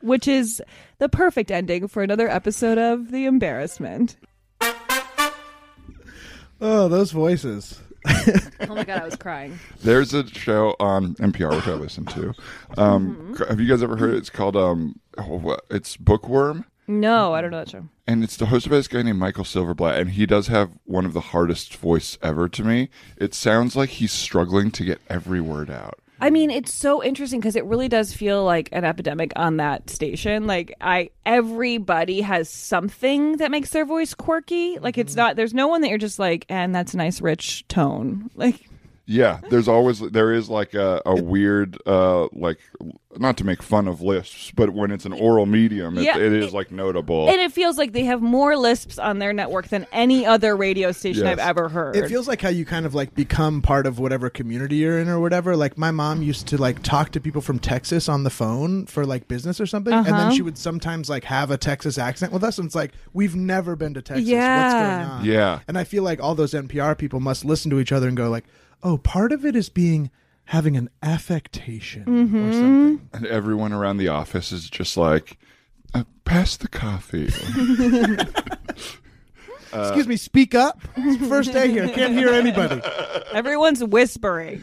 [SPEAKER 4] which is the perfect ending for another episode of The Embarrassment.
[SPEAKER 3] Oh, those voices.
[SPEAKER 4] Oh my god, I was crying.
[SPEAKER 2] There's a show on NPR which I listen to. Um, c- Have you guys ever heard? It? It's called um, oh, what- it's Bookworm,
[SPEAKER 4] No, I don't know that show.
[SPEAKER 2] and it's the hosted by this guy named Michael Silverblatt, and he does have one of the hardest voice ever to me. It sounds like he's struggling to get every word out.
[SPEAKER 4] I mean, it's so interesting because it really does feel like an epidemic on that station. Like I everybody has something that makes their voice quirky. Like it's
[SPEAKER 3] Mm-hmm.
[SPEAKER 4] not there's no one that you're just like, and that's a nice rich tone. Like
[SPEAKER 2] Yeah, there's always there is like a, a weird uh like not to make fun of lisps, but when it's an oral medium, it,
[SPEAKER 4] Yeah,
[SPEAKER 2] it is like notable.
[SPEAKER 4] and it feels like they have more lisps on their network than any other radio station
[SPEAKER 2] Yes.
[SPEAKER 4] I've ever heard.
[SPEAKER 3] It feels like how you kind of like become part of whatever community you're in or whatever. Like my mom used to like talk to people from Texas on the phone for like business or something, and then
[SPEAKER 4] Uh-huh.
[SPEAKER 3] she would sometimes like have a Texas accent with us, and it's like we've never been to Texas. What's
[SPEAKER 4] Yeah.
[SPEAKER 3] going on?
[SPEAKER 2] Yeah.
[SPEAKER 3] And I feel like all those NPR people must listen to each other and go like, "Oh, part of it is being having an affectation
[SPEAKER 4] Mm-hmm.
[SPEAKER 3] or something."
[SPEAKER 2] and everyone around the office is just like, uh, pass the coffee.
[SPEAKER 3] Excuse me, speak up. It's the first day here. Can't hear anybody.
[SPEAKER 4] Everyone's whispering.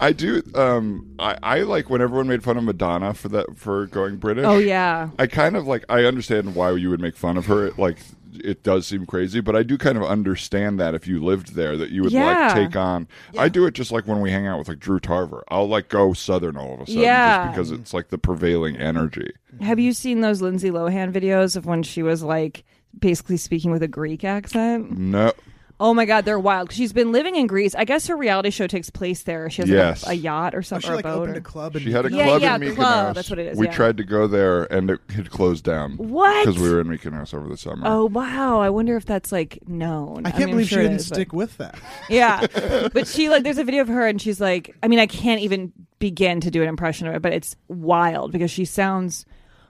[SPEAKER 2] I do. Um, I, I like when everyone made fun of Madonna for that for going British.
[SPEAKER 4] Oh yeah.
[SPEAKER 2] I kind of like. I understand why you would make fun of her. It, like, it does seem crazy, but I do kind of understand that if you lived there, that you would
[SPEAKER 4] Yeah.
[SPEAKER 2] like take on. I do it just like when we hang out with like Drew Tarver. I'll like go southern all of a sudden,
[SPEAKER 4] Yeah.
[SPEAKER 2] just because it's like the prevailing energy.
[SPEAKER 4] Have you seen those Lindsay Lohan videos of when she was like basically speaking with a Greek accent?
[SPEAKER 2] No,
[SPEAKER 4] Oh my God, they're wild. 'Cause She's been living in Greece. I guess her reality show takes place there. She has like, a-
[SPEAKER 2] Yes.
[SPEAKER 4] a, yacht or
[SPEAKER 3] Oh,
[SPEAKER 4] something,
[SPEAKER 3] She
[SPEAKER 4] or
[SPEAKER 3] like
[SPEAKER 4] a boat.
[SPEAKER 3] opened
[SPEAKER 4] or-
[SPEAKER 3] a club. and
[SPEAKER 2] she had a
[SPEAKER 4] Yeah,
[SPEAKER 2] club
[SPEAKER 4] yeah,
[SPEAKER 2] in
[SPEAKER 4] the
[SPEAKER 2] Mykonos.
[SPEAKER 4] club. That's what it is,
[SPEAKER 2] We
[SPEAKER 4] yeah.
[SPEAKER 2] tried to go there, and it had closed down.
[SPEAKER 4] What?
[SPEAKER 2] Because we were in Mykonos over the summer.
[SPEAKER 4] Oh wow! I wonder if that's like known.
[SPEAKER 3] I can't
[SPEAKER 4] mean, I'm
[SPEAKER 3] believe
[SPEAKER 4] sure
[SPEAKER 3] she
[SPEAKER 4] it
[SPEAKER 3] didn't
[SPEAKER 4] is, but-
[SPEAKER 3] stick with that.
[SPEAKER 4] Yeah, but she like there's a video of her and she's like, I mean, I can't even begin to do an impression of it, but it's wild because she sounds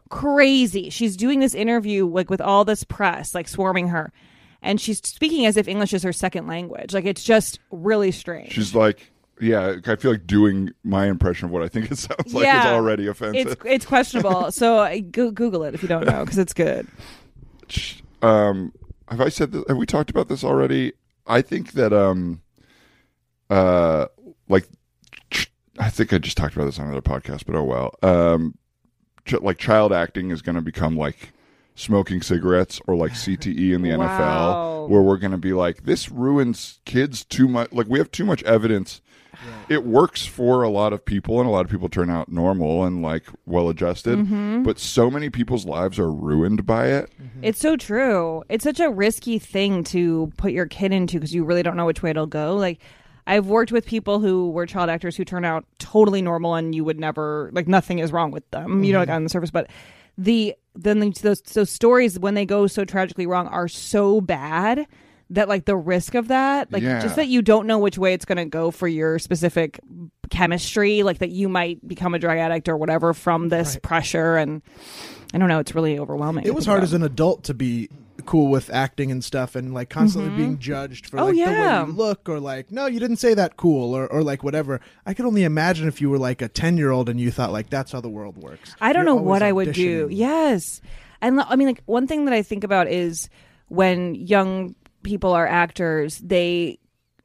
[SPEAKER 4] crazy. She's doing this interview like with all this press like swarming her, and she's speaking as if English is her second language. Like it's just really strange.
[SPEAKER 2] She's like, yeah, I feel like doing my impression of what I think it sounds like is already offensive.
[SPEAKER 4] It's it's questionable. so uh, go- Google it if you don't know because it's good.
[SPEAKER 2] um, have I said? This, have we talked about this already? I think that um, uh, like I think I just talked about this on another podcast, but oh well. Um, ch- like child acting is going to become like smoking cigarettes or like CTE in the
[SPEAKER 4] Wow.
[SPEAKER 2] NFL, where we're going to be like, this ruins kids too much. Like we have too much evidence. It works for a lot of people, and a lot of people turn out normal and like well adjusted. But so many people's lives are ruined by it.
[SPEAKER 3] Mm-hmm.
[SPEAKER 4] It's so true. It's such a risky thing to put your kid into because you really don't know which way it'll go. Like, I've worked with people who were child actors who turn out totally normal, and you would never like nothing is wrong with them. You know,
[SPEAKER 3] Mm-hmm.
[SPEAKER 4] like on the surface, but the then the, those those stories when they go so tragically wrong are so bad that like the risk of that, like
[SPEAKER 2] Yeah.
[SPEAKER 4] just that you don't know which way it's going to go for your specific chemistry, like that you might become a drug addict or whatever from this pressure and. I don't know. It's really overwhelming.
[SPEAKER 3] It was hard as an adult to be cool with acting and stuff and like constantly being judged for
[SPEAKER 4] Oh,
[SPEAKER 3] like
[SPEAKER 4] yeah.
[SPEAKER 3] the way you look or like no you didn't say that cool or, or like whatever i could only imagine if you were like a 10 year old and you thought like that's how the world works
[SPEAKER 4] I don't
[SPEAKER 3] You're
[SPEAKER 4] know what
[SPEAKER 3] always
[SPEAKER 4] I would do.
[SPEAKER 3] auditioning.
[SPEAKER 4] Yes. And lo- I mean, like, one thing that I think about is when young people are actors, they,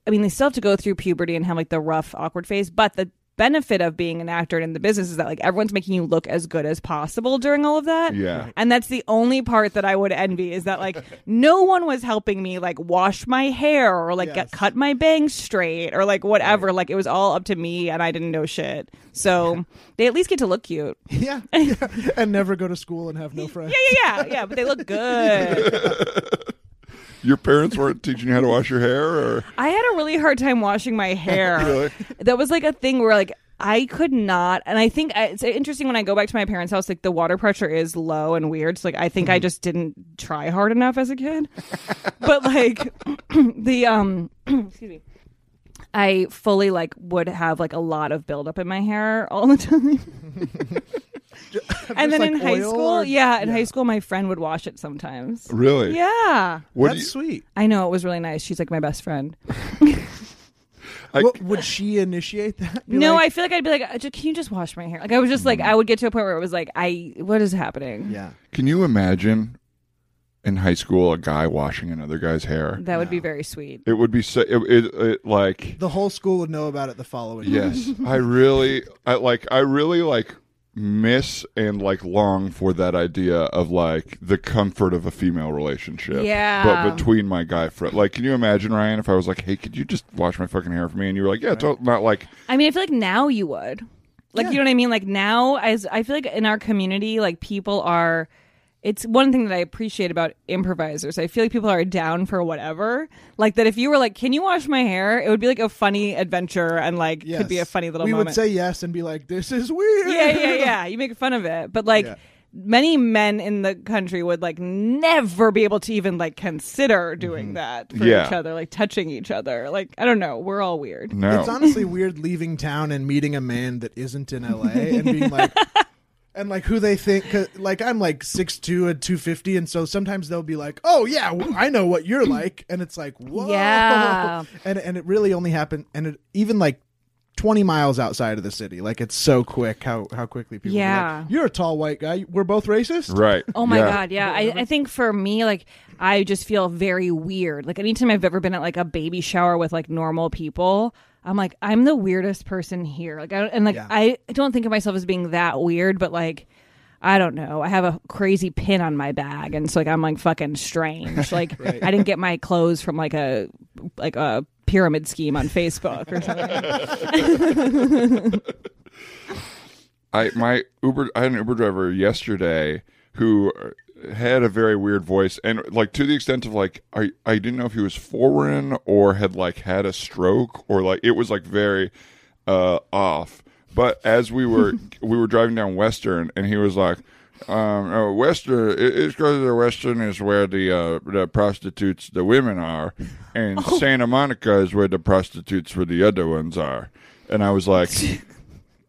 [SPEAKER 4] I mean, they still have to go through puberty and have like the rough, awkward phase, but the benefit of being an actor and in the business is that like everyone's making you look as good as possible during all of that.
[SPEAKER 2] Yeah.
[SPEAKER 4] And that's the only part that I would envy is that like no one was helping me like wash my hair or like get, cut my bangs straight or like whatever. Like it was all up to me and I didn't know shit. So they at least get to look cute.
[SPEAKER 3] yeah, yeah. and never go to school and have no friends
[SPEAKER 4] Yeah, yeah, yeah, yeah. But they look good.
[SPEAKER 2] Your parents weren't teaching you how to wash your hair, or
[SPEAKER 4] I had a really hard time washing my hair.
[SPEAKER 2] Really?
[SPEAKER 4] That was like a thing where like I could not, and I think I, it's uh, interesting when I go back to my parents' house. Like the water pressure is low and weird. So like I think I just didn't try hard enough as a kid. but like the um, excuse me. I fully like would have like a lot of buildup in my hair all the time. and then
[SPEAKER 3] like,
[SPEAKER 4] in high
[SPEAKER 3] oil
[SPEAKER 4] school,
[SPEAKER 3] or-
[SPEAKER 4] yeah, in high school my friend would wash it sometimes.
[SPEAKER 2] really?
[SPEAKER 4] Yeah.
[SPEAKER 2] What do
[SPEAKER 3] that's
[SPEAKER 2] you,
[SPEAKER 3] sweet
[SPEAKER 4] I know it was really nice. She's like my best friend.
[SPEAKER 2] I-
[SPEAKER 3] what, would she initiate that Be
[SPEAKER 4] no,
[SPEAKER 3] like, Mm.
[SPEAKER 4] I feel like I'd be like, "Uh, ju- can you just wash my hair? Like I was just like, I would get to a point where it was like, I what is happening?
[SPEAKER 3] yeah
[SPEAKER 2] can you imagine in high school a guy washing another guy's hair?
[SPEAKER 4] That would be very sweet.
[SPEAKER 2] It would be so. It, it, it like
[SPEAKER 3] the whole school would know about it the following year
[SPEAKER 2] yes, I really, I like, I really like miss and like long for that idea of like the comfort of a female relationship.
[SPEAKER 4] Yeah.
[SPEAKER 2] But between my guy friend, like, can you imagine Ryan if I was like, hey, could you just wash my fucking hair for me? And you were like, yeah, to- not like,
[SPEAKER 4] I mean, I feel like now you would. Like you know what I mean? Like now as I feel like in our community, like people are it's one thing that I appreciate about improvisers. I feel like people are down for whatever. Like that if you were like, Can you wash my hair? It would be like a funny adventure and like could be a
[SPEAKER 3] Yes.
[SPEAKER 4] funny little
[SPEAKER 3] we
[SPEAKER 4] moment.
[SPEAKER 3] would say yes and be like this is weird
[SPEAKER 4] yeah, yeah, yeah. You make fun of it, but like
[SPEAKER 3] Yeah.
[SPEAKER 4] many men in the country would like never be able to even like consider doing that for
[SPEAKER 2] Yeah.
[SPEAKER 4] each other, like touching each other. Like I don't know, we're all weird.
[SPEAKER 2] no.
[SPEAKER 3] It's honestly weird leaving town and meeting a man that isn't in LA and being like, and like who they think. 'cause, Like I'm like 6'2 and 250. And so sometimes they'll be like, oh, yeah, w- I know what you're like. And it's like, whoa.
[SPEAKER 6] Yeah.
[SPEAKER 3] And, and it really only happened. And it even like 20 miles outside of the city. Like it's so quick how how quickly people. be like,
[SPEAKER 4] Yeah.
[SPEAKER 3] You're a tall white guy. We're both racist.
[SPEAKER 2] Right.
[SPEAKER 4] Oh my
[SPEAKER 2] Yeah.
[SPEAKER 4] god, yeah. I, I think for me, like I just feel very weird. Like anytime I've ever been at like a baby shower with like normal people, I'm like, I'm the weirdest person here. Like I don't, and like
[SPEAKER 3] Yeah.
[SPEAKER 4] I don't think of myself as being that weird, but like I don't know. I have a crazy pin on my bag, and so like I'm like fucking strange. Like I didn't get my clothes from like a like a pyramid scheme on Facebook or something.
[SPEAKER 2] I my Uber I had an Uber driver yesterday who had a very weird voice and like to the extent of like I I didn't know if he was foreign or had like had a stroke or like it was like very uh off. But as we were we were driving down Western and he was like um, uh, Western, it- it's because the Western is where the uh, the prostitutes, the women are, and Santa Monica is where the prostitutes for the other ones are. And I was like,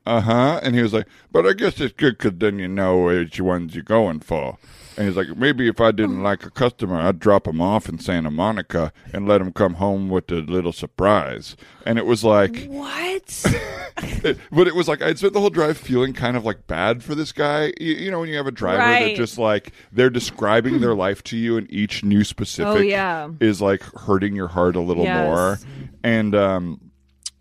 [SPEAKER 2] uh huh. And he was like, but I guess it's good because then you know which ones you're going for. And he's like, maybe if I didn't like a customer, I'd drop him off in Santa Monica and let him come home with a little surprise. And it was like,
[SPEAKER 4] What?
[SPEAKER 2] it- but it was like I'd spent the whole drive feeling kind of like bad for this guy. You, you know, when you have a driver that
[SPEAKER 4] Right. Hmm.
[SPEAKER 2] just like they're describing their life to you, and each new specific
[SPEAKER 4] Oh, yeah.
[SPEAKER 2] is like hurting your heart a little
[SPEAKER 4] Yes.
[SPEAKER 2] more. And um,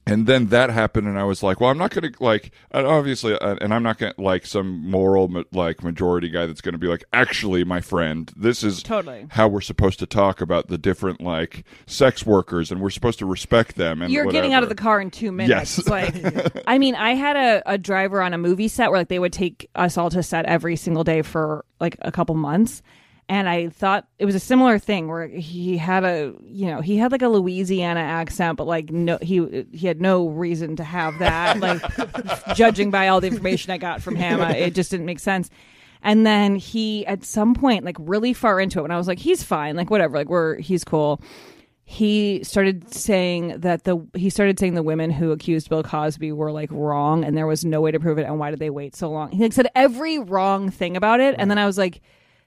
[SPEAKER 2] and then that happened, and I was like, well, I'm not gonna like and obviously, uh, and I'm not gonna like some moral ma- like majority guy that's gonna be like, actually, my friend, this is
[SPEAKER 4] Totally.
[SPEAKER 2] how we're supposed to talk about the different like sex workers, and we're supposed to respect them. And
[SPEAKER 4] You're getting out of
[SPEAKER 2] whatever."
[SPEAKER 4] the car in two minutes.
[SPEAKER 2] Yes.
[SPEAKER 4] Like, I mean, I had a, a driver on a movie set where like they would take us all to set every single day for like a couple months. And I thought it was a similar thing where he had a, you know, he had like a Louisiana accent, but like no, he he had no reason to have that. Like, judging by all the information I got from him, I, it just didn't make sense. And then he, at some point, like really far into it, when I was like, he's fine, like whatever, like we're he's cool he started saying that the he started saying the women who accused Bill Cosby were like wrong and there was no way to prove it and why did they wait so long? He like said every wrong thing about it and then I was like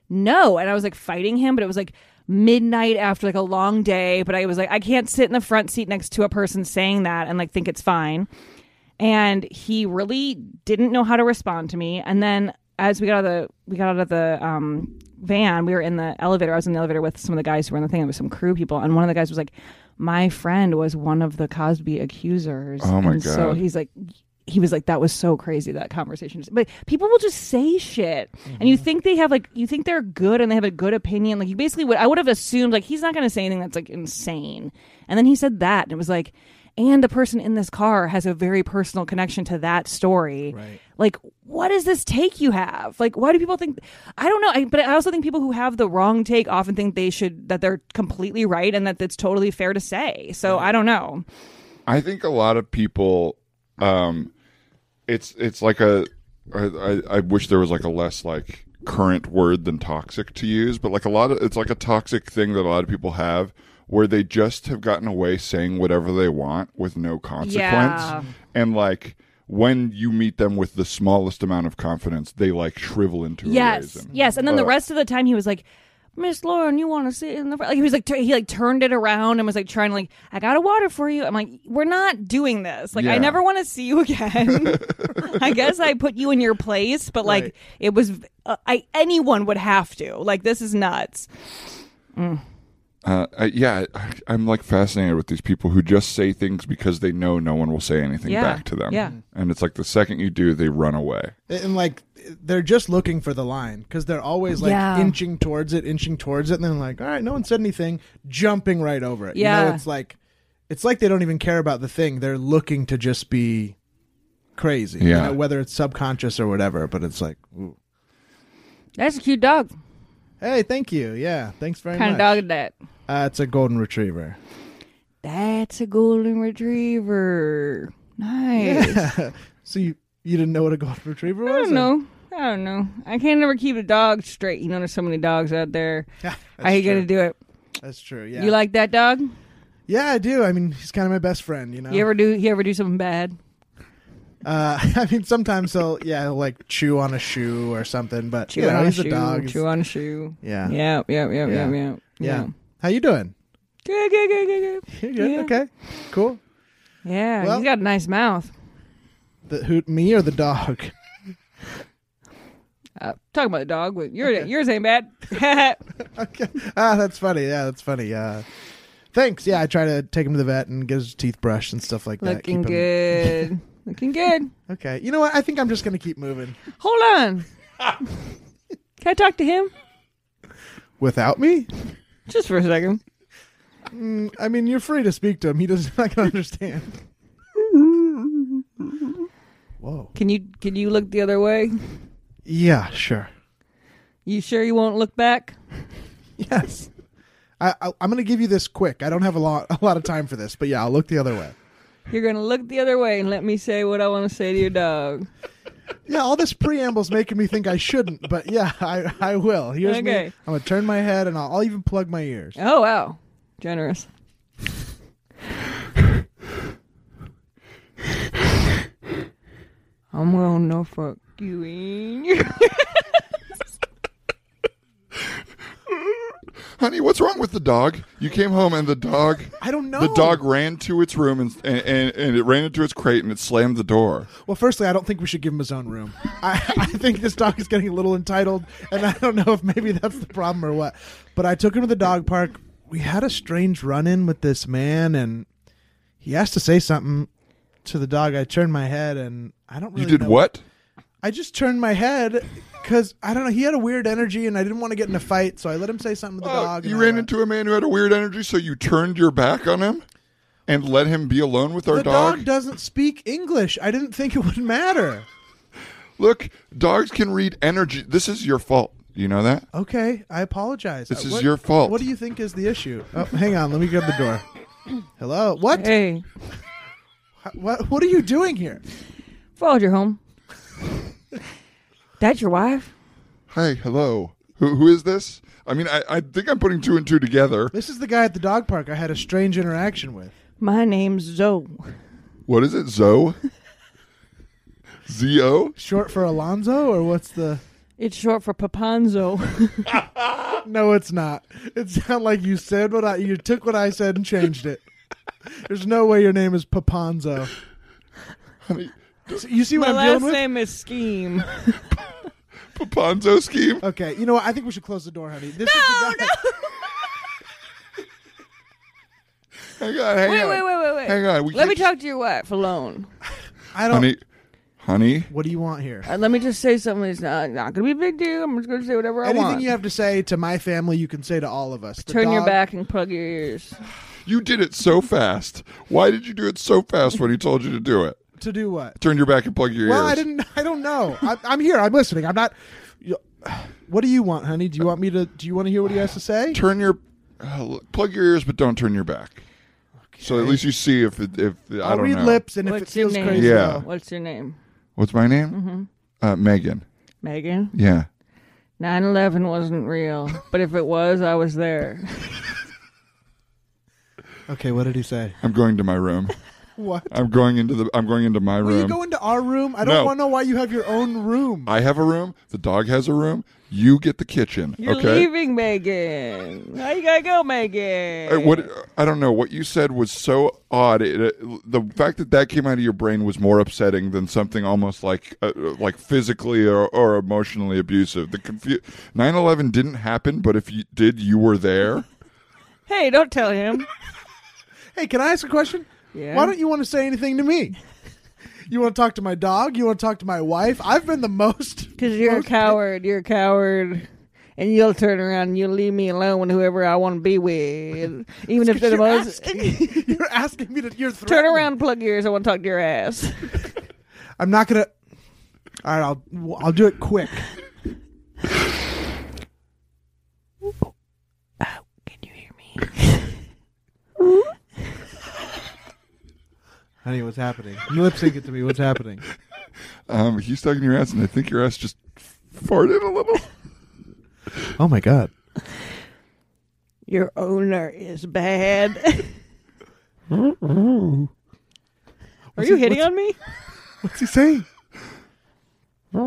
[SPEAKER 4] no and I was like fighting him but it was like midnight after like a long day but I was like I can't sit in the front seat next to a person saying that and like think it's fine and he really didn't know how to respond to me. And then as we got out of the we got out of the um, van, we were in the elevator. I was in the elevator with some of the guys who were in the thing. It was some crew people, and one of the guys was like, "My friend was one of the Cosby accusers."
[SPEAKER 2] Oh, my
[SPEAKER 4] And So
[SPEAKER 2] God.
[SPEAKER 4] he's like. He was like, "That was so crazy that conversation." But people will just say shit, and you think they have like, you think they're good and they have a good opinion. Like you basically would, I would have assumed like he's not going to say anything that's like insane, and then he said that, and it was like, and the person in this car has a very personal connection to that story.
[SPEAKER 3] Right.
[SPEAKER 4] Like, what is this take you have? Like, why do people think? I don't know. I, but I also think people who have the wrong take often think they should that they're completely right and that it's totally fair to say. So I don't know.
[SPEAKER 2] I think a lot of people, um, it's it's like a. I, I I wish there was like a less like current word than toxic to use, but like a lot of it's like a toxic thing that a lot of people have where they just have gotten away saying whatever they want with no consequence,
[SPEAKER 4] Yeah.
[SPEAKER 2] and like when you meet them with the smallest amount of confidence, they like shrivel into a
[SPEAKER 4] Yes,
[SPEAKER 2] raisin.
[SPEAKER 4] yes. And then the
[SPEAKER 2] Uh,
[SPEAKER 4] rest of the time, he was like, "Miss Lauren, you want to sit in the front?" Like he was like tur- he like turned it around and was like trying to like, "I got a water for you." I'm like, "We're not doing this. Like,
[SPEAKER 2] Yeah.
[SPEAKER 4] I never want to see you again. I guess I put you in your place, but like,
[SPEAKER 3] Right.
[SPEAKER 4] it was uh, I anyone would have to. Like, this is nuts.
[SPEAKER 2] Uh, I, yeah, I, I'm like fascinated with these people who just say things because they know no one will say anything
[SPEAKER 4] Yeah,
[SPEAKER 2] back to them.
[SPEAKER 4] yeah.
[SPEAKER 2] And it's like the second you do, they run away.
[SPEAKER 3] And like they're just looking for the line because they're always like
[SPEAKER 6] Yeah.
[SPEAKER 3] inching towards it, inching towards it, and then like, all right, no one said anything, jumping right over it. You
[SPEAKER 4] Yeah.
[SPEAKER 3] know, it's like it's like they don't even care about the thing. They're looking to just be crazy. You
[SPEAKER 2] Yeah.
[SPEAKER 3] know, whether it's subconscious or whatever, but it's like ooh.
[SPEAKER 4] That's a cute dog.
[SPEAKER 3] Hey, thank you. Yeah. Thanks very
[SPEAKER 4] Kind
[SPEAKER 3] much.
[SPEAKER 4] of dog is that?
[SPEAKER 3] Uh, it's a golden retriever.
[SPEAKER 4] That's a golden retriever. Nice.
[SPEAKER 3] So you you didn't know what a golden retriever was?
[SPEAKER 4] I don't
[SPEAKER 3] or-
[SPEAKER 4] know. I don't know. I can't never keep a dog straight. You know, there's so many dogs out there.
[SPEAKER 3] Yeah,
[SPEAKER 4] How you
[SPEAKER 3] true.
[SPEAKER 4] gonna do it?
[SPEAKER 3] That's true. Yeah.
[SPEAKER 4] You like that dog?
[SPEAKER 3] Yeah, I do. I mean, he's kind of my best friend, you know.
[SPEAKER 4] You ever do? You ever do something bad?
[SPEAKER 3] Uh, I mean, sometimes he'll yeah, he'll like chew on a shoe or something. But
[SPEAKER 4] Chew
[SPEAKER 3] you know,
[SPEAKER 4] on a
[SPEAKER 3] he's
[SPEAKER 4] shoe.
[SPEAKER 3] a dog.
[SPEAKER 4] Chew on a shoe.
[SPEAKER 3] Yeah. yeah,
[SPEAKER 4] Yeah, yeah, yeah, yeah,
[SPEAKER 3] Yeah.
[SPEAKER 4] yeah.
[SPEAKER 3] How you doing?
[SPEAKER 4] Good, good, good, good, good.
[SPEAKER 3] You good?
[SPEAKER 4] Yeah.
[SPEAKER 3] Okay, cool.
[SPEAKER 4] Yeah,
[SPEAKER 3] Well-
[SPEAKER 4] he's got a nice mouth.
[SPEAKER 3] The, who, me or the dog?
[SPEAKER 4] Uh, talking about the dog, but your, yours ain't bad.
[SPEAKER 3] okay. Ah, that's funny. Yeah, that's funny. Uh, thanks. Yeah, I try to take him to the vet and get his teeth brushed and stuff like that.
[SPEAKER 4] Looking
[SPEAKER 3] Keep him-
[SPEAKER 4] good. Looking good.
[SPEAKER 3] Okay. You know what? I think I'm just gonna keep moving.
[SPEAKER 4] Hold on. Can I talk to him
[SPEAKER 3] Without me?
[SPEAKER 4] just for a second?
[SPEAKER 3] Mm, I mean, you're free to speak to him. He doesn't not gonna understand. Whoa.
[SPEAKER 4] Can you can you look the other way?
[SPEAKER 3] Yeah. Sure.
[SPEAKER 4] You sure you won't look back?
[SPEAKER 3] Yes. I, I I'm gonna give you this quick. I don't have a lot a lot of time for this, but yeah, I'll look the other way.
[SPEAKER 4] You're gonna look the other way and let me say what I want to say to your dog.
[SPEAKER 3] Yeah, all this preamble's making me think I shouldn't, but yeah, I I will. Here's
[SPEAKER 4] Okay.
[SPEAKER 3] me. I'm gonna turn my head and I'll, I'll even plug my ears.
[SPEAKER 4] Oh wow, generous. I'm gonna no fuck you in your
[SPEAKER 2] Honey, what's wrong with the dog? You came home and the dog.
[SPEAKER 3] I don't know.
[SPEAKER 2] The dog ran to its room and, and, and, and it ran into its crate and it slammed the door.
[SPEAKER 3] Well, firstly, I don't think we should give him his own room. I, I think this dog is getting a little entitled, and I don't know if maybe that's the problem or what. But I took him to the dog park. We had a strange run in with this man, and he asked to say something to the dog. I turned my head, and I don't really.
[SPEAKER 2] you did
[SPEAKER 3] know-
[SPEAKER 2] what?
[SPEAKER 3] I just turned my head because I don't know. He had a weird energy, and I didn't want to get in a fight, so I let him say something to the
[SPEAKER 2] Oh,
[SPEAKER 3] dog.
[SPEAKER 2] you
[SPEAKER 3] and I
[SPEAKER 2] ran
[SPEAKER 3] went-
[SPEAKER 2] into a man who had a weird energy, so you turned your back on him and let him be alone with our
[SPEAKER 3] The dog doesn't speak English. I didn't think it would matter.
[SPEAKER 2] Look, dogs can read energy. This is your fault. You know that?
[SPEAKER 3] Okay, I apologize.
[SPEAKER 2] This
[SPEAKER 3] Uh,
[SPEAKER 2] is your fault.
[SPEAKER 3] What do you think is the issue? Oh, hang on, let me grab the door. Hello, what?
[SPEAKER 4] hey.
[SPEAKER 3] H- What? What are you doing here?
[SPEAKER 4] Followed your home. That's your wife.
[SPEAKER 2] Hi, hello. Who, who is this? I mean, I, I think I'm putting two and two together.
[SPEAKER 3] This is the guy at the dog park I had a strange interaction with.
[SPEAKER 4] My name's Zoe.
[SPEAKER 2] What is it, Zoe? Z-O?
[SPEAKER 3] Short for Alonzo, or what's the?
[SPEAKER 4] It's short for Papanzo.
[SPEAKER 3] No, it's not. It sounded like you said what I. You took what I said and changed it. There's no way your name is Papanzo.
[SPEAKER 2] Honey,
[SPEAKER 3] So you see what
[SPEAKER 4] My
[SPEAKER 3] I'm
[SPEAKER 4] last
[SPEAKER 3] dealing with?
[SPEAKER 4] name is Scheme.
[SPEAKER 2] Papanzo scheme?
[SPEAKER 3] Okay, you know what? I think we should close the door, honey. This is the guy.
[SPEAKER 2] Hang on, hang
[SPEAKER 4] Wait,
[SPEAKER 2] on.
[SPEAKER 4] wait, wait, wait, wait.
[SPEAKER 2] Hang on. We
[SPEAKER 4] Let me
[SPEAKER 2] can't-
[SPEAKER 4] talk to your wife alone.
[SPEAKER 3] I don't.
[SPEAKER 2] Honey, honey,
[SPEAKER 3] What do you want here?
[SPEAKER 4] Uh, let me just say something. It's not, not going to be a big deal. I'm just going to say whatever I
[SPEAKER 3] Anything
[SPEAKER 4] want.
[SPEAKER 3] you have to say to my family, you can say to all of us. The
[SPEAKER 4] Turn your
[SPEAKER 3] dog-
[SPEAKER 4] back and plug your ears.
[SPEAKER 2] you did it so fast. Why did you do it so fast when he told you to do it?
[SPEAKER 3] to do what?
[SPEAKER 2] Turn your back and plug your
[SPEAKER 3] Well,
[SPEAKER 2] ears.
[SPEAKER 3] I didn't. I don't know. I, I'm here. I'm listening. I'm not. you- What do you want, honey? Do you want me to? Do you want to hear what he has to say?
[SPEAKER 2] Turn your uh, look, plug your ears, but don't turn your back. So at least you see if it, if I
[SPEAKER 3] I'll
[SPEAKER 2] don't
[SPEAKER 3] read
[SPEAKER 2] know.
[SPEAKER 3] lips, and if it
[SPEAKER 4] What's your
[SPEAKER 3] feels
[SPEAKER 4] name?
[SPEAKER 3] crazy,
[SPEAKER 2] Yeah.
[SPEAKER 3] I'll-
[SPEAKER 4] What's your name?
[SPEAKER 2] What's my name? Uh, Megan.
[SPEAKER 4] Megan?
[SPEAKER 2] Yeah.
[SPEAKER 4] 9 11 wasn't real, but if it was, I was there.
[SPEAKER 3] Okay. What did he say?
[SPEAKER 2] I'm going to my room.
[SPEAKER 3] What?
[SPEAKER 2] I'm going into the. I'm going into my
[SPEAKER 3] Will you
[SPEAKER 2] room.
[SPEAKER 3] go into our room? I don't
[SPEAKER 2] No.
[SPEAKER 3] want to know why you have your own room.
[SPEAKER 2] I have a room. The dog has a room. You get the kitchen.
[SPEAKER 4] You're
[SPEAKER 2] okay.
[SPEAKER 4] leaving, Megan. How you got to go, Megan?
[SPEAKER 2] I, what I don't know what you said was so odd. It, uh, the fact that that came out of your brain was more upsetting than something almost like uh, like physically or, or emotionally abusive. The confu- 9/11 didn't happen, but if you did, you were there.
[SPEAKER 4] Hey, don't tell him.
[SPEAKER 3] Hey, can I ask a question?
[SPEAKER 4] Yeah.
[SPEAKER 3] Why don't you want to say anything to me? You want to talk to my dog? You want to talk to my wife? I've been the most.
[SPEAKER 4] Because you're a coward. You're a coward. And you'll turn around and you'll leave me alone with whoever I want to be with. Even if they're the
[SPEAKER 3] You're
[SPEAKER 4] most.
[SPEAKER 3] asking, you're asking me to. You're
[SPEAKER 4] Turn
[SPEAKER 3] threatening.
[SPEAKER 4] around, plug your ears. I want to talk to your ass.
[SPEAKER 3] I'm not gonna. All right, I'll I'll do it quick.
[SPEAKER 4] Oh, Can you hear me?
[SPEAKER 3] Honey, what's happening? You lip sync it to me. What's happening?
[SPEAKER 2] Um, he's stuck in your ass, and I think your ass just farted a little.
[SPEAKER 3] Oh my god.
[SPEAKER 4] Your owner is bad. Are you hitting on me?
[SPEAKER 3] What's he saying?
[SPEAKER 4] I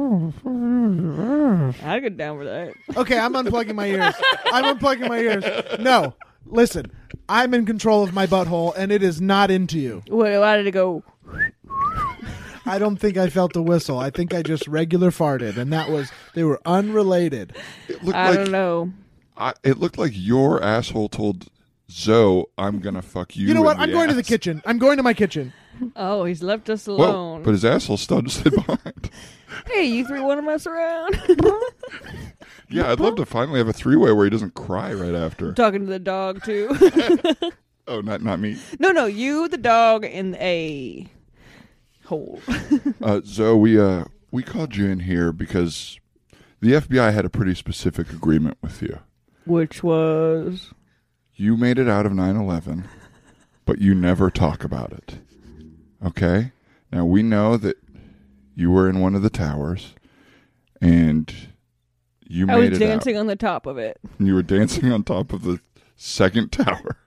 [SPEAKER 4] get down for that.
[SPEAKER 3] Okay, I'm unplugging my ears. I'm unplugging my ears. No, listen. I'm in control of my butthole, and it is not into you.
[SPEAKER 4] Wait, why did it go?
[SPEAKER 3] I don't think I felt a whistle. I think I just regular farted, and that was they were unrelated.
[SPEAKER 2] It looked
[SPEAKER 4] I
[SPEAKER 2] like
[SPEAKER 4] don't know.
[SPEAKER 2] I, it looked like your asshole told Zoe, "I'm gonna fuck you."
[SPEAKER 3] You know
[SPEAKER 2] in
[SPEAKER 3] what? I'm going to the
[SPEAKER 2] ass."
[SPEAKER 3] kitchen. I'm going to my kitchen.
[SPEAKER 4] Oh, he's left us
[SPEAKER 2] Whoa!
[SPEAKER 4] alone.
[SPEAKER 2] But his asshole still just hid behind.
[SPEAKER 4] hey, you three want to mess around?
[SPEAKER 2] yeah, I'd love to finally have a three-way where he doesn't cry right after.
[SPEAKER 4] Talking to the dog too.
[SPEAKER 2] Oh, not not me.
[SPEAKER 4] no, no, you, the dog, in a hole.
[SPEAKER 2] Uh, Zoe, we uh we called you in here because the FBI had a pretty specific agreement with you.
[SPEAKER 4] Which was
[SPEAKER 2] You made it out of 9/11, but you never talk about it. Okay? Now we know that you were in one of the towers and you
[SPEAKER 4] I
[SPEAKER 2] made
[SPEAKER 4] was
[SPEAKER 2] it
[SPEAKER 4] dancing on the top of it.
[SPEAKER 2] out. And you were dancing on top of the second tower.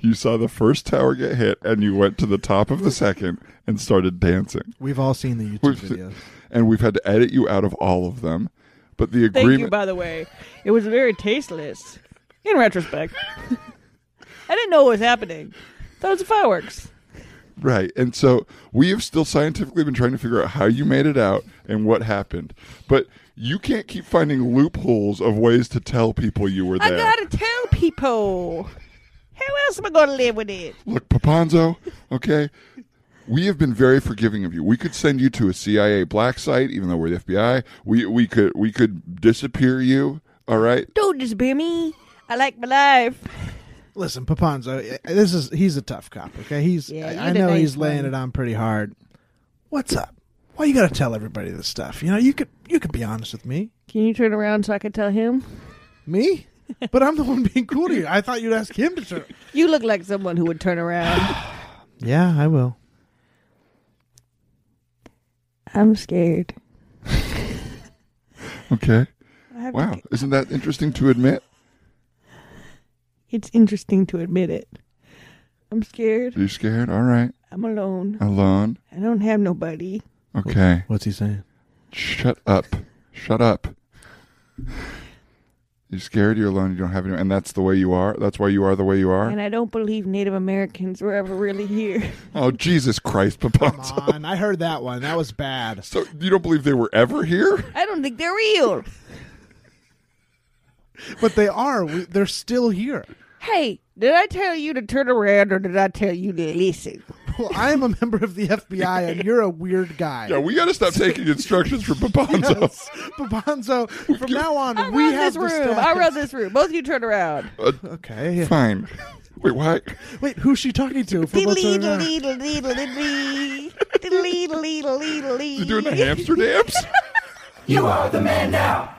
[SPEAKER 2] You saw the first tower get hit and you went to the top of the second and started dancing.
[SPEAKER 3] We've all seen the YouTube
[SPEAKER 2] We've seen-
[SPEAKER 3] videos.
[SPEAKER 2] And we've had to edit you out of all of them. But the
[SPEAKER 4] Thank you,
[SPEAKER 2] agreement
[SPEAKER 4] by the way. It was very tasteless. In retrospect, I didn't know what was happening. That was fireworks.
[SPEAKER 2] Right. And so we have still scientifically been trying to figure out how you made it out and what happened. But you can't keep finding loopholes of ways to tell people you were
[SPEAKER 4] I
[SPEAKER 2] there.
[SPEAKER 4] gotta tell people. How else am I gonna live with it?
[SPEAKER 2] Look, Papanzo, okay? We have been very forgiving of you. We could send you to a CIA black site, even though we're the FBI. We we could we could disappear you. All right.
[SPEAKER 4] Don't disappear me. I like my life.
[SPEAKER 3] Listen, Papanzo, I- this is he's a tough cop. Okay, he's
[SPEAKER 4] Yeah,
[SPEAKER 3] I-
[SPEAKER 4] you're
[SPEAKER 3] I,
[SPEAKER 4] the
[SPEAKER 3] know
[SPEAKER 4] nice
[SPEAKER 3] he's laying
[SPEAKER 4] one.
[SPEAKER 3] it on pretty hard. What's up? Why you got to tell everybody this stuff? You know, you could you could be honest with me.
[SPEAKER 4] Can you turn around so I can tell him?
[SPEAKER 3] Me? But I'm the one being cool to you. I thought you'd ask him to turn.
[SPEAKER 4] You look like someone who would turn around.
[SPEAKER 3] Yeah, I will.
[SPEAKER 6] I'm scared.
[SPEAKER 2] Okay.
[SPEAKER 4] I have to
[SPEAKER 2] Wow.
[SPEAKER 4] g-
[SPEAKER 2] Isn't that interesting to admit?
[SPEAKER 4] it's interesting to admit it. I'm scared.
[SPEAKER 2] You're scared? All right.
[SPEAKER 4] I'm alone.
[SPEAKER 2] Alone.
[SPEAKER 4] I don't have nobody.
[SPEAKER 2] Okay.
[SPEAKER 3] What's he saying?
[SPEAKER 2] Shut up. Shut up. You're scared, you're alone, you don't have anyone. And that's the way you are? That's why you are the way you are?
[SPEAKER 4] And I don't believe Native Americans were ever really here.
[SPEAKER 2] Oh, Jesus Christ,
[SPEAKER 3] Come
[SPEAKER 2] Papanzo.
[SPEAKER 3] on, I heard that one. That was bad.
[SPEAKER 2] So you don't believe they were ever here?
[SPEAKER 4] I don't think they're real.
[SPEAKER 3] But they are. We, they're still here.
[SPEAKER 4] Hey, did I tell you to turn around or did I tell you to listen?
[SPEAKER 3] Well, I am a member of the FBI, and you're a weird guy.
[SPEAKER 2] Yeah, we got to stop taking instructions from Papanzo.
[SPEAKER 3] Yes. Papanzo, from now on,
[SPEAKER 4] I
[SPEAKER 3] we
[SPEAKER 4] run
[SPEAKER 3] have
[SPEAKER 4] this
[SPEAKER 3] the
[SPEAKER 4] room.
[SPEAKER 3] staff.
[SPEAKER 4] I run this room. Both of you turn around.
[SPEAKER 2] Uh,
[SPEAKER 3] Okay.
[SPEAKER 2] fine. Wait, why?
[SPEAKER 3] Wait, who's she talking to? If we're both
[SPEAKER 4] Diddle
[SPEAKER 3] turning
[SPEAKER 4] diddle
[SPEAKER 3] around?
[SPEAKER 4] diddle diddle diddle diddle diddle diddle
[SPEAKER 2] You doing the hamster dance?
[SPEAKER 1] You are the man now.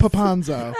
[SPEAKER 3] Papanzo.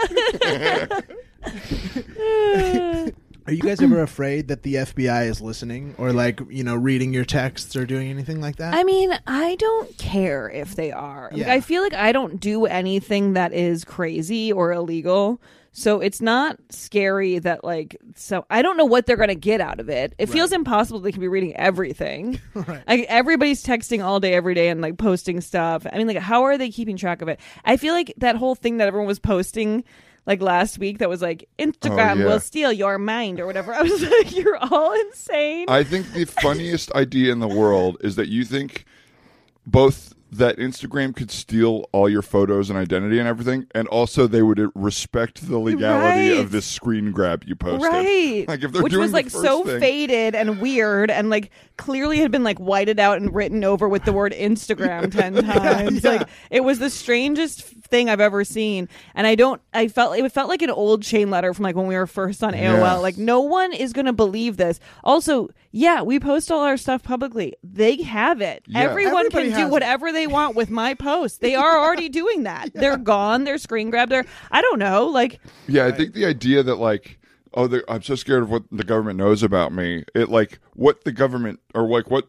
[SPEAKER 3] Are you guys ever afraid that the FBI is listening or like, you know, reading your texts or doing anything like that?
[SPEAKER 4] I mean, I don't care if they are. Like,
[SPEAKER 3] Yeah.
[SPEAKER 4] I feel like I don't do anything that is crazy or illegal. So it's not scary that like so I don't know what they're gonna get out of it. It feels impossible they can be reading everything.
[SPEAKER 3] Right.
[SPEAKER 4] Like everybody's texting all day, every day, and like posting stuff. I mean, like how are they keeping track of it? I feel like that whole thing that everyone was posting like last week that was like Instagram
[SPEAKER 2] yeah.
[SPEAKER 4] will steal your mind or whatever. I was like, you're all insane.
[SPEAKER 2] I think the funniest idea in the world is that you think both that Instagram could steal all your photos and identity and everything, and also they would respect the legality
[SPEAKER 4] Right.
[SPEAKER 2] of this screen grab you posted.
[SPEAKER 4] Right.
[SPEAKER 2] Like if they're
[SPEAKER 4] Which
[SPEAKER 2] doing
[SPEAKER 4] was
[SPEAKER 2] the
[SPEAKER 4] like
[SPEAKER 2] first
[SPEAKER 4] so
[SPEAKER 2] thing-
[SPEAKER 4] faded and weird and like clearly had been like whited out and written over with the word Instagram 10 times. Like it was the strangest thing I've ever seen. And I don't I felt it felt like an old chain letter from like when we were first on AOL.
[SPEAKER 2] Yeah.
[SPEAKER 4] Like no one is going to believe this. Also, yeah, we post all our stuff publicly. They have it.
[SPEAKER 2] Yeah.
[SPEAKER 4] Everyone
[SPEAKER 3] Everybody
[SPEAKER 4] can do
[SPEAKER 3] has it.
[SPEAKER 4] whatever they want with my posts. They are already doing that. They're gone. They're screen grabbed. They're I don't know. Like
[SPEAKER 2] Yeah, I think the idea that like, oh, the- I'm so scared of what the government knows about me. It like what the government or like what.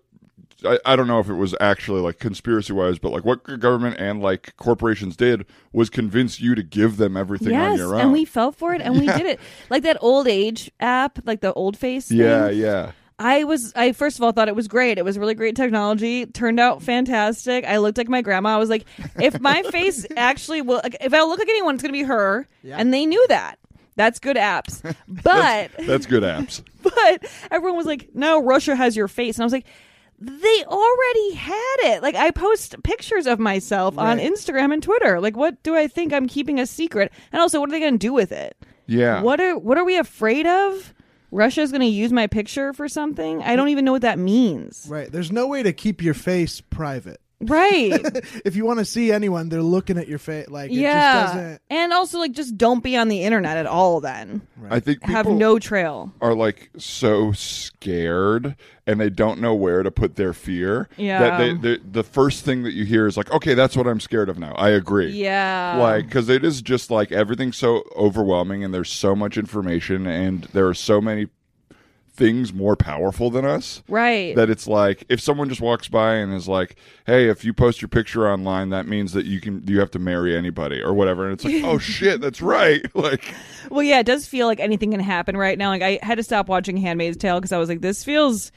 [SPEAKER 2] I, I don't know if it was actually like conspiracy wise, but like what the government and like corporations did was convince you to give them everything on
[SPEAKER 4] yes,
[SPEAKER 2] your own.
[SPEAKER 4] and we fell for it and we did it. Like that old age app, like the old face.
[SPEAKER 2] yeah,
[SPEAKER 4] thing.
[SPEAKER 2] yeah.
[SPEAKER 4] I was, I first of all thought it was great. It was really great technology. Turned out fantastic. I looked like my grandma. I was like, if my face actually will, like, if I look like anyone, it's gonna be her. And they knew that. That's good apps. But
[SPEAKER 2] That's good apps.
[SPEAKER 4] but everyone was like, "No, Russia has your face," and I was like. They already had it. Like I post pictures of myself on Instagram and Twitter. Like what do I think I'm keeping a secret? And also what are they going to do with it?
[SPEAKER 2] Yeah.
[SPEAKER 4] What are what are we afraid of? Russia's going to use my picture for something? I don't even know what that means.
[SPEAKER 3] Right. There's no way to keep your face private.
[SPEAKER 4] Right.
[SPEAKER 3] If you want to see anyone, they're looking at your face. Like, it just
[SPEAKER 4] yeah.
[SPEAKER 3] doesn't.
[SPEAKER 4] And also like just don't be on the internet at all then.
[SPEAKER 2] I think people
[SPEAKER 4] Have no trail.
[SPEAKER 2] are like so scared and they don't know where to put their fear.
[SPEAKER 4] Yeah.
[SPEAKER 2] That they, they, the first thing that you hear is like, okay, that's what I'm scared of now. I agree.
[SPEAKER 4] Yeah.
[SPEAKER 2] Like, because it is just like everything's so overwhelming and there's so much information and there are so many things more powerful than us.
[SPEAKER 4] right.
[SPEAKER 2] That it's like if someone just walks by and is like, "Hey, if you post your picture online, that means that you can you have to marry anybody or whatever," and it's like, "Oh shit, that's right!" Like,
[SPEAKER 4] Well, yeah, it does feel like anything can happen right now. Like I had to stop watching Handmaid's Tale because I was like, this feels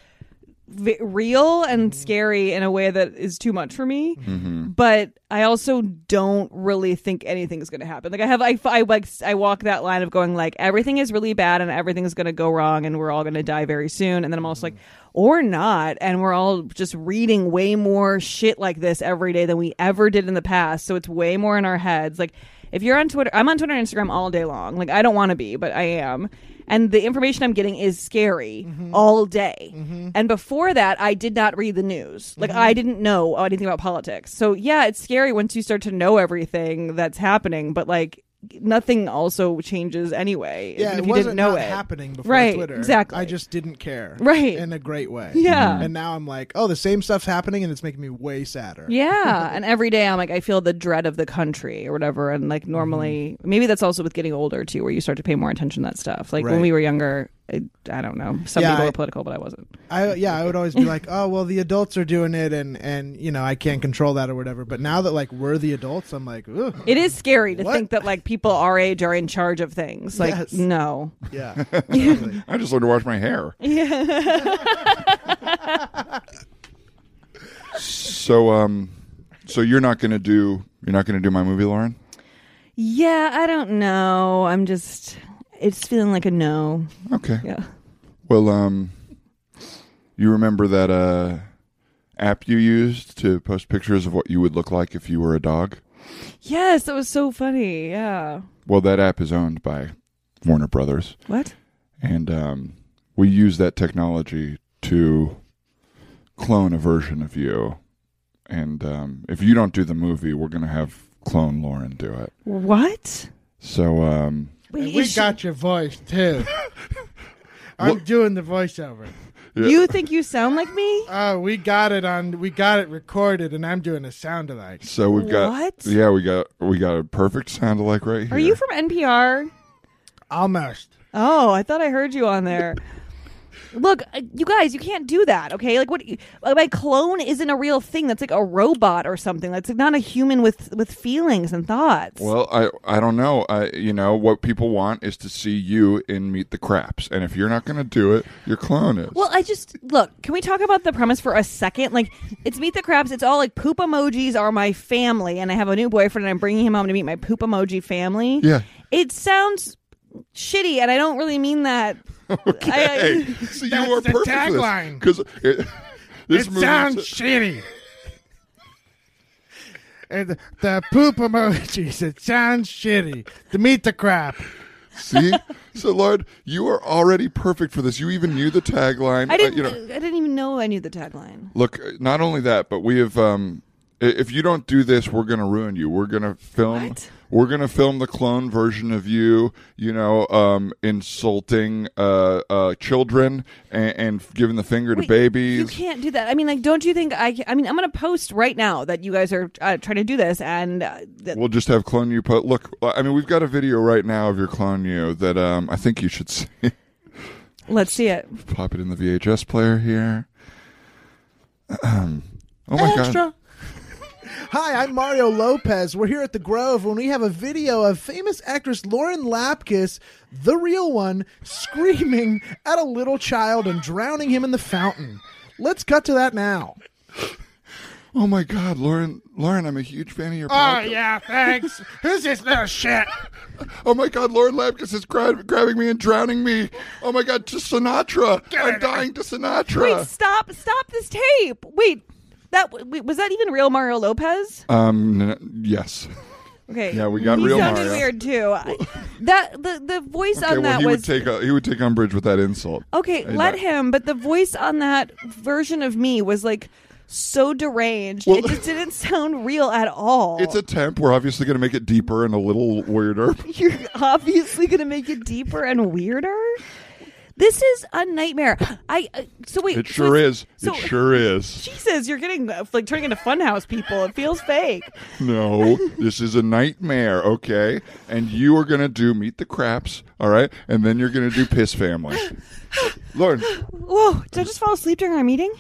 [SPEAKER 4] v- real and scary in a way that is too much for me. But I also don't really think anything's going to happen. Like I have, I, I like, I walk that line of going like everything is really bad and everything's going to go wrong and we're all going to die very soon. And then I'm also like, or not, and we're all just reading way more shit like this every day than we ever did in the past. So it's way more in our heads. Like if you're on Twitter, I'm on Twitter and Instagram all day long. Like I don't want to be, but I am. And the information I'm getting is scary all day. And before that, I did not read the news. Like I didn't know anything about politics. So yeah, it's scary once you start to know everything that's happening, but like nothing also changes anyway.
[SPEAKER 3] Yeah,
[SPEAKER 4] even
[SPEAKER 3] it
[SPEAKER 4] if you
[SPEAKER 3] wasn't
[SPEAKER 4] didn't know
[SPEAKER 3] not
[SPEAKER 4] it.
[SPEAKER 3] happening before
[SPEAKER 4] Right,
[SPEAKER 3] Twitter.
[SPEAKER 4] exactly.
[SPEAKER 3] I just didn't care.
[SPEAKER 4] Right.
[SPEAKER 3] In a great way.
[SPEAKER 4] Yeah.
[SPEAKER 3] And now I'm like, oh, the same stuff's happening, and it's making me way sadder.
[SPEAKER 4] Yeah, and every day I'm like I feel the dread of the country or whatever and like normally
[SPEAKER 3] Mm-hmm.
[SPEAKER 4] maybe that's also with getting older too where you start to pay more attention to that stuff. Like when
[SPEAKER 3] Right.
[SPEAKER 4] we were younger, I, I don't know. Some
[SPEAKER 3] Yeah,
[SPEAKER 4] people
[SPEAKER 3] I-
[SPEAKER 4] were political but I wasn't.
[SPEAKER 3] I yeah, I would always be like, oh well, the adults are doing it, and and you know I can't control that or whatever. But now that like we're the adults, I'm like, Ugh.
[SPEAKER 4] It is scary to
[SPEAKER 3] What?
[SPEAKER 4] think that like people our age are in charge of things. Like
[SPEAKER 3] Yes.
[SPEAKER 4] no.
[SPEAKER 3] yeah, exactly.
[SPEAKER 2] I just learnlearned to wash my hair. so um so you're not gonna do you're not gonna do my movie, Lauren?
[SPEAKER 4] Yeah, I don't know. I'm just it's feeling like a no.
[SPEAKER 2] Okay.
[SPEAKER 4] Yeah.
[SPEAKER 2] Well um you remember that uh app you used to post pictures of what you would look like if you were a dog?
[SPEAKER 4] Yes, that was so funny. Yeah.
[SPEAKER 2] Well that app is owned by Warner Brothers
[SPEAKER 4] What?
[SPEAKER 2] and um we use that technology to clone a version of you. And um, if you don't do the movie, we're gonna have clone Lauren do it.
[SPEAKER 4] What?
[SPEAKER 2] So um
[SPEAKER 5] And
[SPEAKER 4] Wait,
[SPEAKER 5] we
[SPEAKER 4] is she-
[SPEAKER 5] got your voice too. I'm doing the voiceover.
[SPEAKER 2] Yeah.
[SPEAKER 4] you think you sound like me?
[SPEAKER 5] Oh, we got it on. We got it recorded, and I'm doing a sound alike.
[SPEAKER 2] so we've got
[SPEAKER 4] What?
[SPEAKER 2] yeah, we got we got a perfect sound alike right here.
[SPEAKER 4] Are you from NPR?
[SPEAKER 5] Almost.
[SPEAKER 4] Oh, I thought I heard you on there. Look, uh, you guys, you can't do that, okay? Like, what? like, My clone isn't a real thing. That's like a robot or something. That's like, not a human with with feelings and thoughts.
[SPEAKER 2] well, I I don't know. I you know what people want is to see you in Meet the Craps, and if you're not going to do it, your clone is.
[SPEAKER 4] Well, I just look. Can we talk about the premise for a second? Like, it's Meet the Crabs. It's all like poop emojis are my family, and I have a new boyfriend, and I'm bringing him home to meet my poop emoji family.
[SPEAKER 2] Yeah.
[SPEAKER 4] it sounds shitty, and I don't really mean that.
[SPEAKER 2] okay.
[SPEAKER 4] I-
[SPEAKER 2] so you
[SPEAKER 5] That's
[SPEAKER 2] are
[SPEAKER 5] the
[SPEAKER 2] perfect
[SPEAKER 5] tagline.
[SPEAKER 2] because this
[SPEAKER 5] it
[SPEAKER 2] movie
[SPEAKER 5] sounds
[SPEAKER 2] is-
[SPEAKER 5] shitty. And the, the poop emojis. It sounds shitty. To meet the crap.
[SPEAKER 2] see. So Lord, you are already perfect for this. You even knew the tagline.
[SPEAKER 4] I
[SPEAKER 2] uh,
[SPEAKER 4] didn't.
[SPEAKER 2] you know,
[SPEAKER 4] I didn't even know I knew the tagline.
[SPEAKER 2] Look, not only that, but we have. Um, i- if you don't do this, we're gonna ruin you. We're gonna film.
[SPEAKER 4] What?
[SPEAKER 2] We're gonna film the clone version of you. You know, um, insulting uh, uh, children and, and giving the finger to
[SPEAKER 4] Wait, You
[SPEAKER 2] babies.
[SPEAKER 4] can't do that. I mean, like, don't you think I? Can, I mean, I'm going to post right now that you guys are uh, trying to do this, and uh, that,
[SPEAKER 2] We'll just have clone you. Put look. I mean, we've got a video right now of your clone you that um, I think you should see.
[SPEAKER 4] let's see it.
[SPEAKER 2] Pop it in the VHS player here. oh my god!
[SPEAKER 3] Hi, I'm Mario Lopez. We're here at the Grove when we have a video of famous actress Lauren Lapkus, the real one, screaming at a little child and drowning him in the fountain. Let's cut to that now.
[SPEAKER 2] "Oh my God, Lauren, Lauren, I'm a huge fan of your
[SPEAKER 3] Ah,
[SPEAKER 5] Oh
[SPEAKER 2] podcast.
[SPEAKER 5] yeah, thanks. Who's this little shit?
[SPEAKER 2] Oh my God, Lauren Lapkus is gra- grabbing me and drowning me. Oh my God, to Sinatra. I'm dying to Sinatra.
[SPEAKER 4] Wait, stop, stop this tape. Wait, that wait, was that even real Mario Lopez?
[SPEAKER 2] Um, n- yes.
[SPEAKER 4] Okay,
[SPEAKER 2] Yeah, we got
[SPEAKER 4] he
[SPEAKER 2] real
[SPEAKER 4] sounded
[SPEAKER 2] Mario.
[SPEAKER 4] weird too. I- that the the voice
[SPEAKER 2] Okay,
[SPEAKER 4] on
[SPEAKER 2] well,
[SPEAKER 4] that
[SPEAKER 2] he
[SPEAKER 4] was
[SPEAKER 2] would take a, he would take umbrage with that insult.
[SPEAKER 4] Okay,
[SPEAKER 2] Hey,
[SPEAKER 4] let
[SPEAKER 2] that-
[SPEAKER 4] him. But the voice on that version of me was like so deranged.
[SPEAKER 2] Well-
[SPEAKER 4] it just didn't sound real at all.
[SPEAKER 2] It's a temp. We're obviously going to make it deeper and a little weirder.
[SPEAKER 4] You're obviously going to make it deeper and weirder. This is a nightmare. I uh, so wait.
[SPEAKER 2] It
[SPEAKER 4] so
[SPEAKER 2] sure
[SPEAKER 4] it's-
[SPEAKER 2] is.
[SPEAKER 4] So
[SPEAKER 2] it sure is.
[SPEAKER 4] Jesus, you're getting uh, like turning into funhouse people. It feels fake.
[SPEAKER 2] No, this is a nightmare, okay? And you are going to do Meet the Craps, all right? And then you're going to do Piss Family. Lauren,
[SPEAKER 4] Whoa! Did I just fall asleep during our meeting?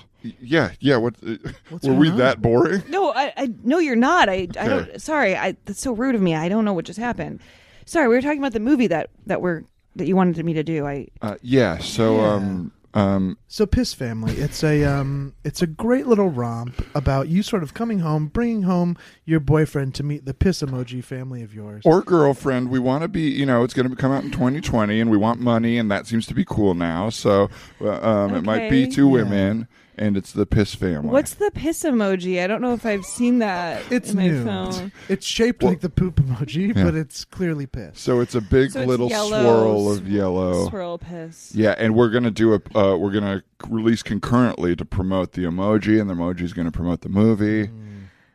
[SPEAKER 2] yeah, yeah, what uh, were we that boring?
[SPEAKER 4] No, I, I no, you're not. I, I
[SPEAKER 2] Okay.
[SPEAKER 4] don't. Sorry, I. That's so rude of me. I don't know what just happened. Sorry, we were talking about the movie that that we're that you wanted me to do. I
[SPEAKER 2] Uh, yeah, so um um
[SPEAKER 3] So Piss Family, it's a um, it's a great little romp about you sort of coming home, bringing home your boyfriend to meet the piss emoji family of yours.
[SPEAKER 2] or girlfriend, we want to be, you know, it's going to come out in 2020 and we want money and that seems to be cool now. So uh, um it might be
[SPEAKER 4] Okay.
[SPEAKER 2] two women and it's the Piss Family.
[SPEAKER 4] What's the piss emoji? I don't know if I've seen that.
[SPEAKER 3] It's
[SPEAKER 4] in my
[SPEAKER 3] new.
[SPEAKER 4] phone.
[SPEAKER 3] It's shaped
[SPEAKER 2] Well-
[SPEAKER 3] like the poop emoji,
[SPEAKER 2] Yeah.
[SPEAKER 3] but it's clearly piss.
[SPEAKER 2] so it's a big
[SPEAKER 4] So it's
[SPEAKER 2] little
[SPEAKER 4] yellow,
[SPEAKER 2] swirl of
[SPEAKER 4] sw-
[SPEAKER 2] yellow.
[SPEAKER 4] Swirl piss.
[SPEAKER 2] Oh. Yeah, and we're gonna do a uh, we're gonna c- release concurrently to promote the emoji, and the emoji's gonna promote the
[SPEAKER 4] Mm.
[SPEAKER 2] movie.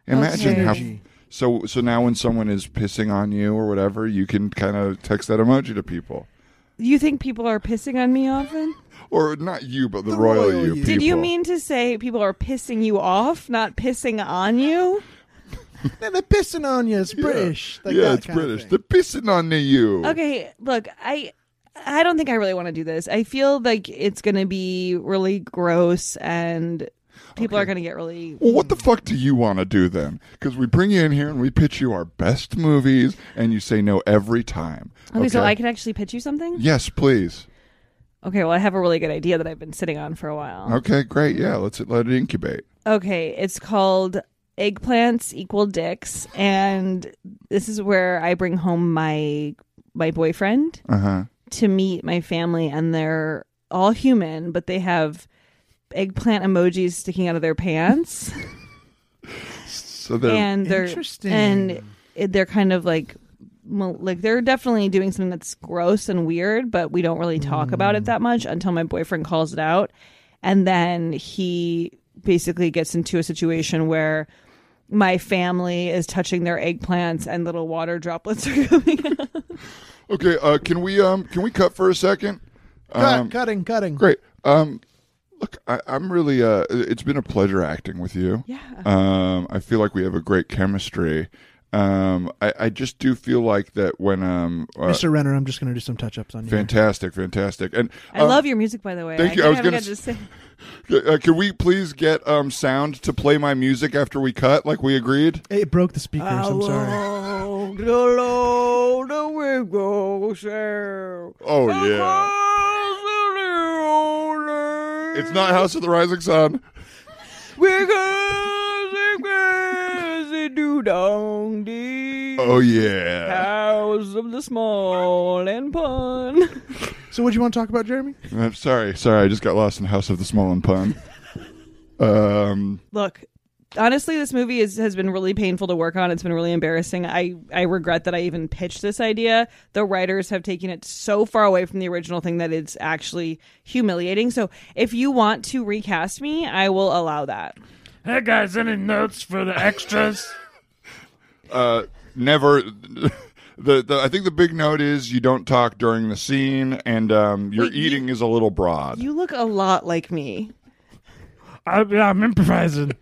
[SPEAKER 2] Imagine
[SPEAKER 4] Okay.
[SPEAKER 2] how. So so now when someone is pissing on you or whatever, you can kind of text that emoji to people,
[SPEAKER 4] You think people are pissing on me often?
[SPEAKER 2] or not you, but the,
[SPEAKER 3] The
[SPEAKER 2] royal,
[SPEAKER 3] royal
[SPEAKER 2] you.
[SPEAKER 3] you.
[SPEAKER 2] People.
[SPEAKER 4] Did you mean to say people are pissing you off, not pissing on you?
[SPEAKER 3] Man, they're pissing on you. It's British. Like
[SPEAKER 2] yeah,
[SPEAKER 3] that
[SPEAKER 2] it's
[SPEAKER 3] kind of
[SPEAKER 2] British.
[SPEAKER 3] thing.
[SPEAKER 2] They're pissing on the you.
[SPEAKER 4] Okay, look, I I don't think I really want to do this. I feel like it's going to be really gross and people are going to get really
[SPEAKER 2] Well, what the fuck do you want to do then? Because we bring you in here and we pitch you our best movies, and you say no every time.
[SPEAKER 4] Okay, so I can actually pitch you something?
[SPEAKER 2] Yes, please.
[SPEAKER 4] Okay, well, I have a really good idea that I've been sitting on for a while.
[SPEAKER 2] Okay, great. Yeah, let's let it incubate.
[SPEAKER 4] Okay, it's called Eggplants Equal Dicks, and this is where I bring home my my boyfriend
[SPEAKER 2] Uh huh.
[SPEAKER 4] to meet my family, and they're all human, but they have eggplant emojis sticking out of their pants,
[SPEAKER 2] So they're
[SPEAKER 4] and they're
[SPEAKER 3] Interesting.
[SPEAKER 4] and it, they're kind of like mo- like they're definitely doing something that's gross and weird, but we don't really talk about
[SPEAKER 2] Hmm.
[SPEAKER 4] it that much until my boyfriend calls it out, and then he basically gets into a situation where my family is touching their eggplants and little water droplets are coming out.
[SPEAKER 2] Okay, uh, can we um can we cut for a second?
[SPEAKER 3] Cut,
[SPEAKER 2] Um,
[SPEAKER 3] cutting, cutting.
[SPEAKER 2] Great. Um, look, I, I'm really uh, it's been a pleasure acting with you.
[SPEAKER 4] Yeah.
[SPEAKER 2] Um, I feel like we have a great chemistry. Um, I, I just do feel like that when um, uh,
[SPEAKER 3] Mr. Renner, I'm just going to do some touch ups on you.
[SPEAKER 2] fantastic, fantastic, and
[SPEAKER 4] I love your music, by the way.
[SPEAKER 2] Uh, thank you. I was
[SPEAKER 4] think
[SPEAKER 2] gonna
[SPEAKER 4] haven't got to
[SPEAKER 2] s-
[SPEAKER 4] say.
[SPEAKER 2] Uh, can we please get um sound to play my music after we cut, like we agreed?
[SPEAKER 3] It broke the speakers. I'm sorry.
[SPEAKER 4] Oh, the Lord will go share.
[SPEAKER 2] Oh yeah. It's not House of the Rising Sun.
[SPEAKER 4] Because it is a doo-dong dee.
[SPEAKER 2] Oh yeah.
[SPEAKER 4] House of the small and pun.
[SPEAKER 3] So, what do you want to talk about, Jeremy?
[SPEAKER 2] I'm sorry, sorry, I just got lost in House of the Small and Pun. Um,
[SPEAKER 4] Look, honestly, this movie is, has been really painful to work on. It's been really embarrassing. I, I regret that I even pitched this idea. The writers have taken it so far away from the original thing that it's actually humiliating. So if you want to recast me, I will allow that.
[SPEAKER 5] Hey guys, any notes for the extras?
[SPEAKER 2] uh, never. The, the I think the big note is you don't talk during the scene, and um, your
[SPEAKER 4] Wait, you-
[SPEAKER 2] eating is a little broad.
[SPEAKER 4] You look a lot like me.
[SPEAKER 5] I, yeah, I'm improvising.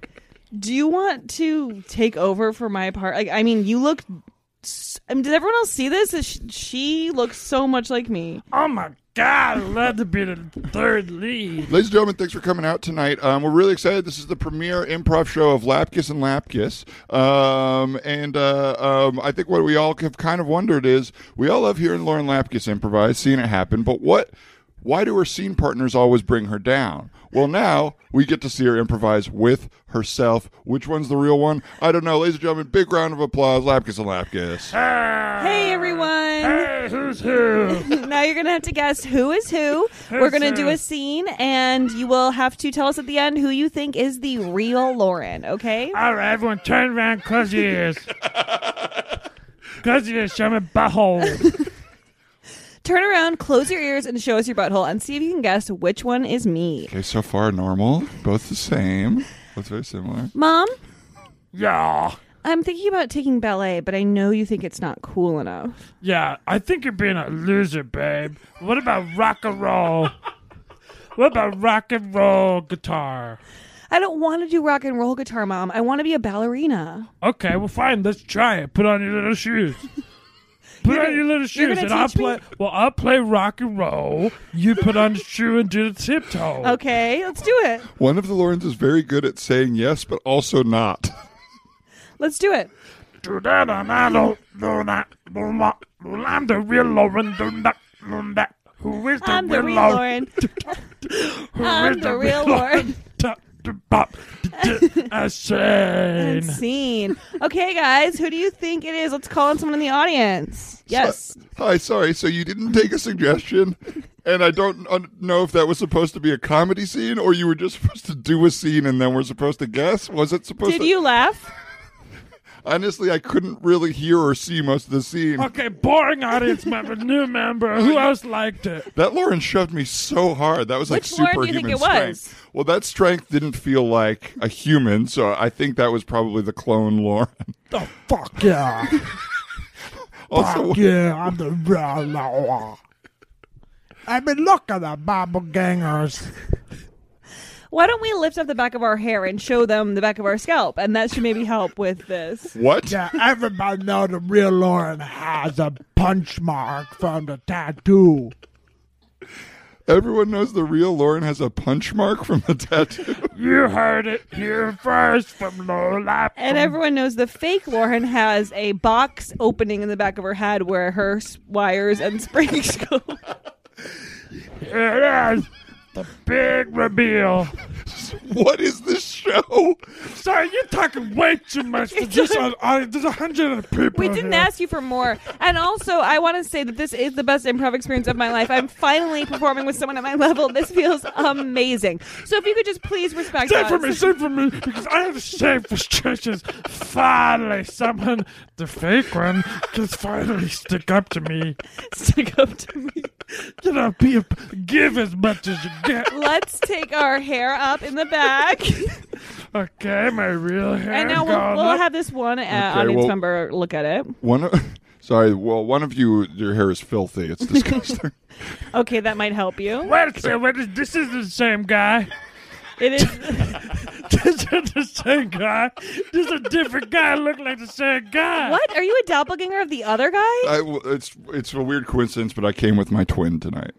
[SPEAKER 4] Do you want to take over for my part? Like, I mean, you look. s- I mean, did everyone else see this? Is sh- She looks so much like me.
[SPEAKER 5] Oh my god, I'd love to be the third lead.
[SPEAKER 2] Ladies and gentlemen, thanks for coming out tonight. Um, we're really excited. This is the premiere improv show of Lapkiss and Lapkiss. Um, and uh, um, I think what we all have kind of wondered is we all love hearing Lauren Lapkiss improvise, seeing it happen, but what Why do her scene partners always bring her down? Well, now we get to see her improvise with herself. Which one's the real one? I don't know. Ladies and gentlemen, big round of applause. Lapkus and Lapkus.
[SPEAKER 4] Hey everyone! who's who? now you're gonna have to guess who is who. We're gonna do a scene, and you will have to tell us at the end who you think is the real Lauren. Okay?
[SPEAKER 5] All right, everyone, turn around, close your ears. close your ears, show me butthole.
[SPEAKER 4] Turn around, close your ears, and show us your butthole, and see if you can guess which one is me.
[SPEAKER 2] Okay, so far normal. Both the same. Looks very similar.
[SPEAKER 4] Mom,
[SPEAKER 5] yeah,
[SPEAKER 4] I'm thinking about taking ballet, but I know you think it's not cool enough.
[SPEAKER 5] yeah. I think you're being a loser, babe. What about rock and roll? What about rock and roll guitar?
[SPEAKER 4] I don't want to do rock and roll guitar, Mom. I want to be a ballerina.
[SPEAKER 5] Okay, well, fine. Let's try it. Put on your little shoes. Put on your little
[SPEAKER 4] you're
[SPEAKER 5] shoes,
[SPEAKER 4] gonna
[SPEAKER 5] and I'll
[SPEAKER 4] teach me?
[SPEAKER 5] play. Well, I'll play rock and roll. You put on the shoe and do the tiptoe.
[SPEAKER 4] Okay, let's do it.
[SPEAKER 2] One of the Laurens is very good at saying yes, but also not.
[SPEAKER 4] Let's do it.
[SPEAKER 5] Do that, and I don't do that. Do not- do- I'm the real Lauren. Do that, do that. Who is the
[SPEAKER 4] I'm the
[SPEAKER 5] real
[SPEAKER 4] real
[SPEAKER 5] Lauren?
[SPEAKER 4] Lauren.
[SPEAKER 5] Who
[SPEAKER 4] I'm
[SPEAKER 5] is
[SPEAKER 4] the real Lauren.
[SPEAKER 5] Da- da- bop, da- da- I sing.
[SPEAKER 4] Scene. Okay, guys, who do you think it is? Let's call on someone in the audience. Yes.
[SPEAKER 2] Hi, sorry. So you didn't take a suggestion, and I don't un- know if that was supposed to be a comedy scene or you were just supposed to do a scene and then we're supposed to guess. Was it supposed
[SPEAKER 4] Did
[SPEAKER 2] to?
[SPEAKER 4] you laugh?
[SPEAKER 2] Honestly, I couldn't really hear or see most of the scene.
[SPEAKER 5] Okay, boring audience member, new member. Who else liked it?
[SPEAKER 2] That Lauren shoved me so hard. That was like
[SPEAKER 4] Which Lauren do you
[SPEAKER 2] superhuman
[SPEAKER 4] think it
[SPEAKER 2] strength.
[SPEAKER 4] was?
[SPEAKER 2] Well, that strength didn't feel like a human, so I think that was probably the clone Lauren.
[SPEAKER 5] Oh, fuck yeah.
[SPEAKER 2] Also,
[SPEAKER 5] yeah, I'm the real Lauren. I've been looking at Bible gangers.
[SPEAKER 4] Why don't we lift up the back of our hair and show them the back of our scalp? And that should maybe help with this.
[SPEAKER 2] what?
[SPEAKER 5] Yeah, everybody know the real Lauren has a punch mark from the tattoo.
[SPEAKER 2] Everyone knows the real Lauren has a punch mark from the tattoo.
[SPEAKER 5] You heard it here first from Lola.
[SPEAKER 4] And everyone knows the fake Lauren has a box opening in the back of her head where her s- wires and springs go.
[SPEAKER 5] Here it is, the big reveal.
[SPEAKER 2] what is this show?
[SPEAKER 5] Sorry, you're talking way too much for this on audience. There's a hundred of people.
[SPEAKER 4] We didn't
[SPEAKER 5] here.
[SPEAKER 4] ask you for more. And also, I want to say that this is the best improv experience of my life. I'm finally performing with someone at my level. This feels amazing. So if you could just please respect
[SPEAKER 5] Say
[SPEAKER 4] us.
[SPEAKER 5] for me, say for me, because I have shame frustrations. Finally, someone, the fake one, can finally stick up to me.
[SPEAKER 4] Stick up to me.
[SPEAKER 5] You know, be a, give as much as you get.
[SPEAKER 4] Let's take our hair up in the back.
[SPEAKER 5] Okay, my real hair.
[SPEAKER 4] and now
[SPEAKER 5] gone
[SPEAKER 4] we'll, we'll
[SPEAKER 5] up.
[SPEAKER 4] have this one uh,
[SPEAKER 2] Okay,
[SPEAKER 4] audience
[SPEAKER 2] well-
[SPEAKER 4] member look at it.
[SPEAKER 2] One of, sorry, well, one of you, your hair is filthy. It's disgusting.
[SPEAKER 4] Okay, that might help you.
[SPEAKER 5] Wait a second, wait, this- this is the same guy.
[SPEAKER 4] It is.
[SPEAKER 5] This is the same guy. This is a different guy. Look like the same guy.
[SPEAKER 4] What? Are you a doppelganger of the other guy?
[SPEAKER 2] I, well, it's it's a weird coincidence, but I came with my twin tonight.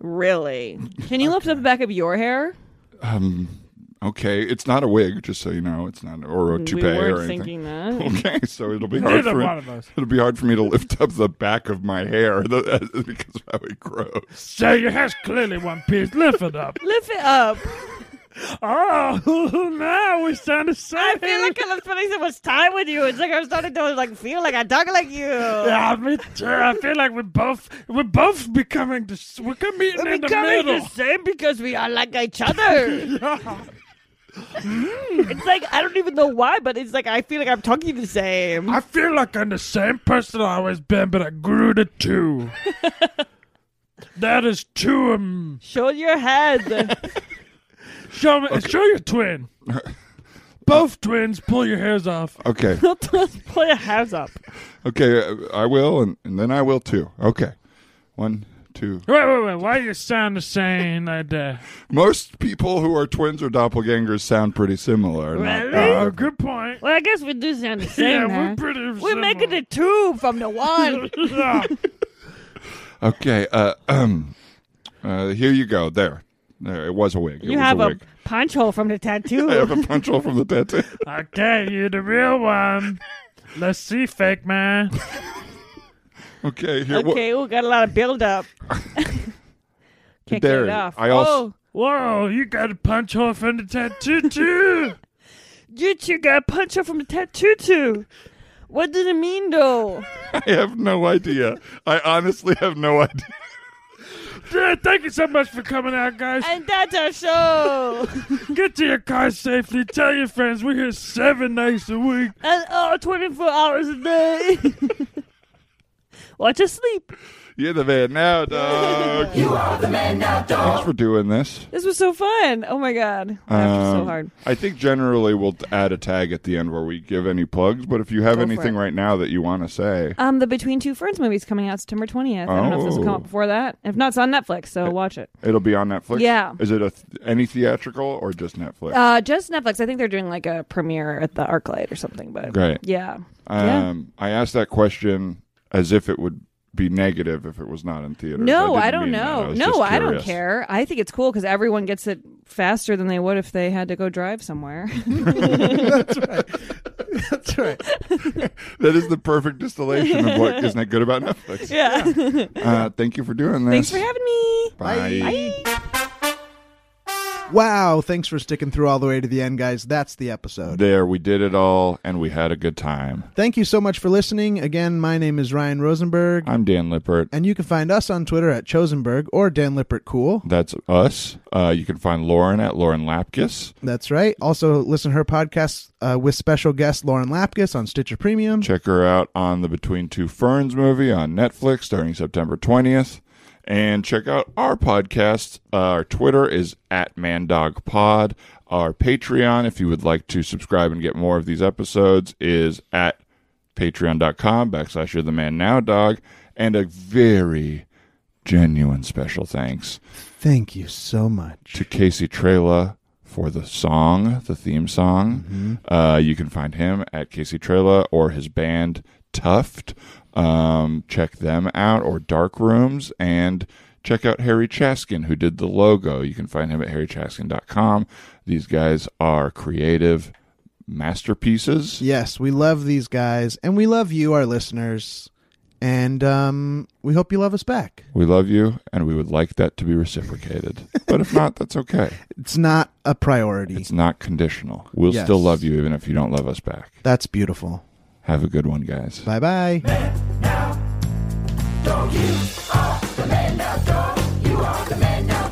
[SPEAKER 4] really? Can you lift up the back of your hair?
[SPEAKER 2] Um, okay, it's not a wig, just so you know, it's not or a
[SPEAKER 4] we
[SPEAKER 2] toupee
[SPEAKER 4] weren't
[SPEAKER 2] or anything.
[SPEAKER 4] thinking that.
[SPEAKER 2] Okay, so it'll be hard
[SPEAKER 5] Neither
[SPEAKER 2] for
[SPEAKER 5] one of us.
[SPEAKER 2] it'll be hard for me to lift up the back of my hair the- because of how it grows.
[SPEAKER 5] So your hair's clearly one piece. Lift it up.
[SPEAKER 4] Lift it up.
[SPEAKER 5] Oh, now we sound the same.
[SPEAKER 4] I feel like I'm spending so much time with you. It's like I'm starting to like feel like I talk like you.
[SPEAKER 5] Yeah, me too. I feel like we're both we're both becoming the s- we're coming meeting in the middle.
[SPEAKER 4] same because we are like each other. It's like I don't even know why, but it's like I feel like I'm talking the same.
[SPEAKER 5] I feel like I'm the same person I always been, but I grew to two. that is two. Um,
[SPEAKER 4] Show your head.
[SPEAKER 5] show me, show your twin. Both twins, pull your hairs off.
[SPEAKER 2] Okay,
[SPEAKER 4] Let's play a house up.
[SPEAKER 2] okay, uh, I will, and, and then I will too. Okay, one, two.
[SPEAKER 5] Wait, wait, wait. Why you sound the same like that?
[SPEAKER 2] Most people who are twins or doppelgangers sound pretty similar. not- uh,
[SPEAKER 5] Oh, good point.
[SPEAKER 4] Well, I guess we do sound the same.
[SPEAKER 5] Yeah,
[SPEAKER 4] huh?
[SPEAKER 5] we're pretty.
[SPEAKER 4] We're making a two from the one.
[SPEAKER 7] Ah,
[SPEAKER 2] Okay. Uh, um, uh, here you go. There. There. It was a wig. It
[SPEAKER 4] you
[SPEAKER 2] was
[SPEAKER 4] have
[SPEAKER 2] a
[SPEAKER 4] a
[SPEAKER 2] wig.
[SPEAKER 4] punch hole from the tattoo.
[SPEAKER 2] I have a punch hole from the tattoo.
[SPEAKER 5] Okay, you the real one. Let's see, fake man.
[SPEAKER 2] Okay. Here. wha-
[SPEAKER 4] Okay, we got a lot of build up.
[SPEAKER 2] There
[SPEAKER 4] Can't
[SPEAKER 2] it
[SPEAKER 4] get it
[SPEAKER 2] is.
[SPEAKER 4] off.
[SPEAKER 2] I also-
[SPEAKER 4] oh,
[SPEAKER 7] Whoa, you got a punch hole from the tattoo too.
[SPEAKER 4] you two got a puncher from the tattoo too. What did it mean though?
[SPEAKER 2] I have no idea. I honestly have no idea.
[SPEAKER 7] Yeah, thank you so much for coming out, guys.
[SPEAKER 4] and that's our show.
[SPEAKER 7] Get to your cars safely. Tell your friends we're here seven nights a week.
[SPEAKER 4] and oh, 24 hours a day. Watch us sleep.
[SPEAKER 2] You're the man now, dog. You are the man now, dog. Thanks for doing this.
[SPEAKER 4] This was so fun. Oh my god, I laughed so
[SPEAKER 2] Um,
[SPEAKER 4] hard.
[SPEAKER 2] I think generally we'll t- add a tag at the end where we give any plugs, but if you have
[SPEAKER 4] Go for
[SPEAKER 2] anything
[SPEAKER 4] it.
[SPEAKER 2] right now that you want to say,
[SPEAKER 4] Um, the Between Two Ferns movie is coming out September 20th. I don't know if this will come
[SPEAKER 2] Oh.
[SPEAKER 4] out before that. If not, it's on Netflix, so watch it.
[SPEAKER 2] it'll be on Netflix.
[SPEAKER 4] Yeah.
[SPEAKER 2] Is it a th- any theatrical or just Netflix?
[SPEAKER 4] Uh, just Netflix. I think they're doing like a premiere at the ArcLight or something. But
[SPEAKER 2] Great.
[SPEAKER 4] yeah, yeah.
[SPEAKER 2] Um, I asked that question as if it would be negative if it was not in theaters.
[SPEAKER 4] No,
[SPEAKER 2] didn't
[SPEAKER 4] I, don't
[SPEAKER 2] mean that.
[SPEAKER 4] know.
[SPEAKER 2] was
[SPEAKER 4] no,
[SPEAKER 2] just
[SPEAKER 4] I don't
[SPEAKER 2] curious.
[SPEAKER 4] care. I think it's cool because everyone gets it faster than they would if they had to go drive somewhere.
[SPEAKER 3] That's right.
[SPEAKER 2] That is the perfect distillation of what isn't that good about Netflix.
[SPEAKER 4] yeah.
[SPEAKER 2] Uh, thank you for doing
[SPEAKER 4] Thanks
[SPEAKER 2] this.
[SPEAKER 4] for having me.
[SPEAKER 2] Bye.
[SPEAKER 3] Wow, thanks for sticking through all the way to the end, guys. That's the episode.
[SPEAKER 2] There, we did it all, and we had a good time.
[SPEAKER 3] Thank you so much for listening. Again, my name is Ryan Rosenberg,
[SPEAKER 2] I'm Dan Lippert.
[SPEAKER 3] and you can find us on Twitter at Chosenberg or Dan Lippert Cool.
[SPEAKER 2] That's us. Uh, you can find Lauren at Lauren Lapkus.
[SPEAKER 3] That's right. Also, listen to her podcast uh, with special guest Lauren Lapkus on Stitcher Premium.
[SPEAKER 2] Check her out on the Between Two Ferns movie on Netflix starting September 20th. And check out our podcast. Uh, our Twitter is at MandogPod. Our Patreon, if you would like to subscribe and get more of these episodes, is at patreon.com backslash you're the man now dog. And a very genuine special thanks
[SPEAKER 3] Thank you so much.
[SPEAKER 2] to Casey Trela for the song, the theme song. Uh, you can find him at Casey Trela or his band Tuft. Um, check them out or Dark Rooms and check out Harry Chaskin who did the logo. You can find him at harrychaskin.com. These guys are creative masterpieces.
[SPEAKER 3] Yes, we love these guys, and we love you, our listeners, and um, we hope you love us back.
[SPEAKER 2] We love you and we would like that to be reciprocated. but if not, that's okay.
[SPEAKER 3] It's not a priority.
[SPEAKER 2] It's not conditional. We'll
[SPEAKER 3] Yes.
[SPEAKER 2] still love you even if you don't love us back.
[SPEAKER 3] That's beautiful.
[SPEAKER 2] Have a good one, guys.
[SPEAKER 3] Bye bye.
[SPEAKER 1] Dog, you are the man now, dog. You are the man now,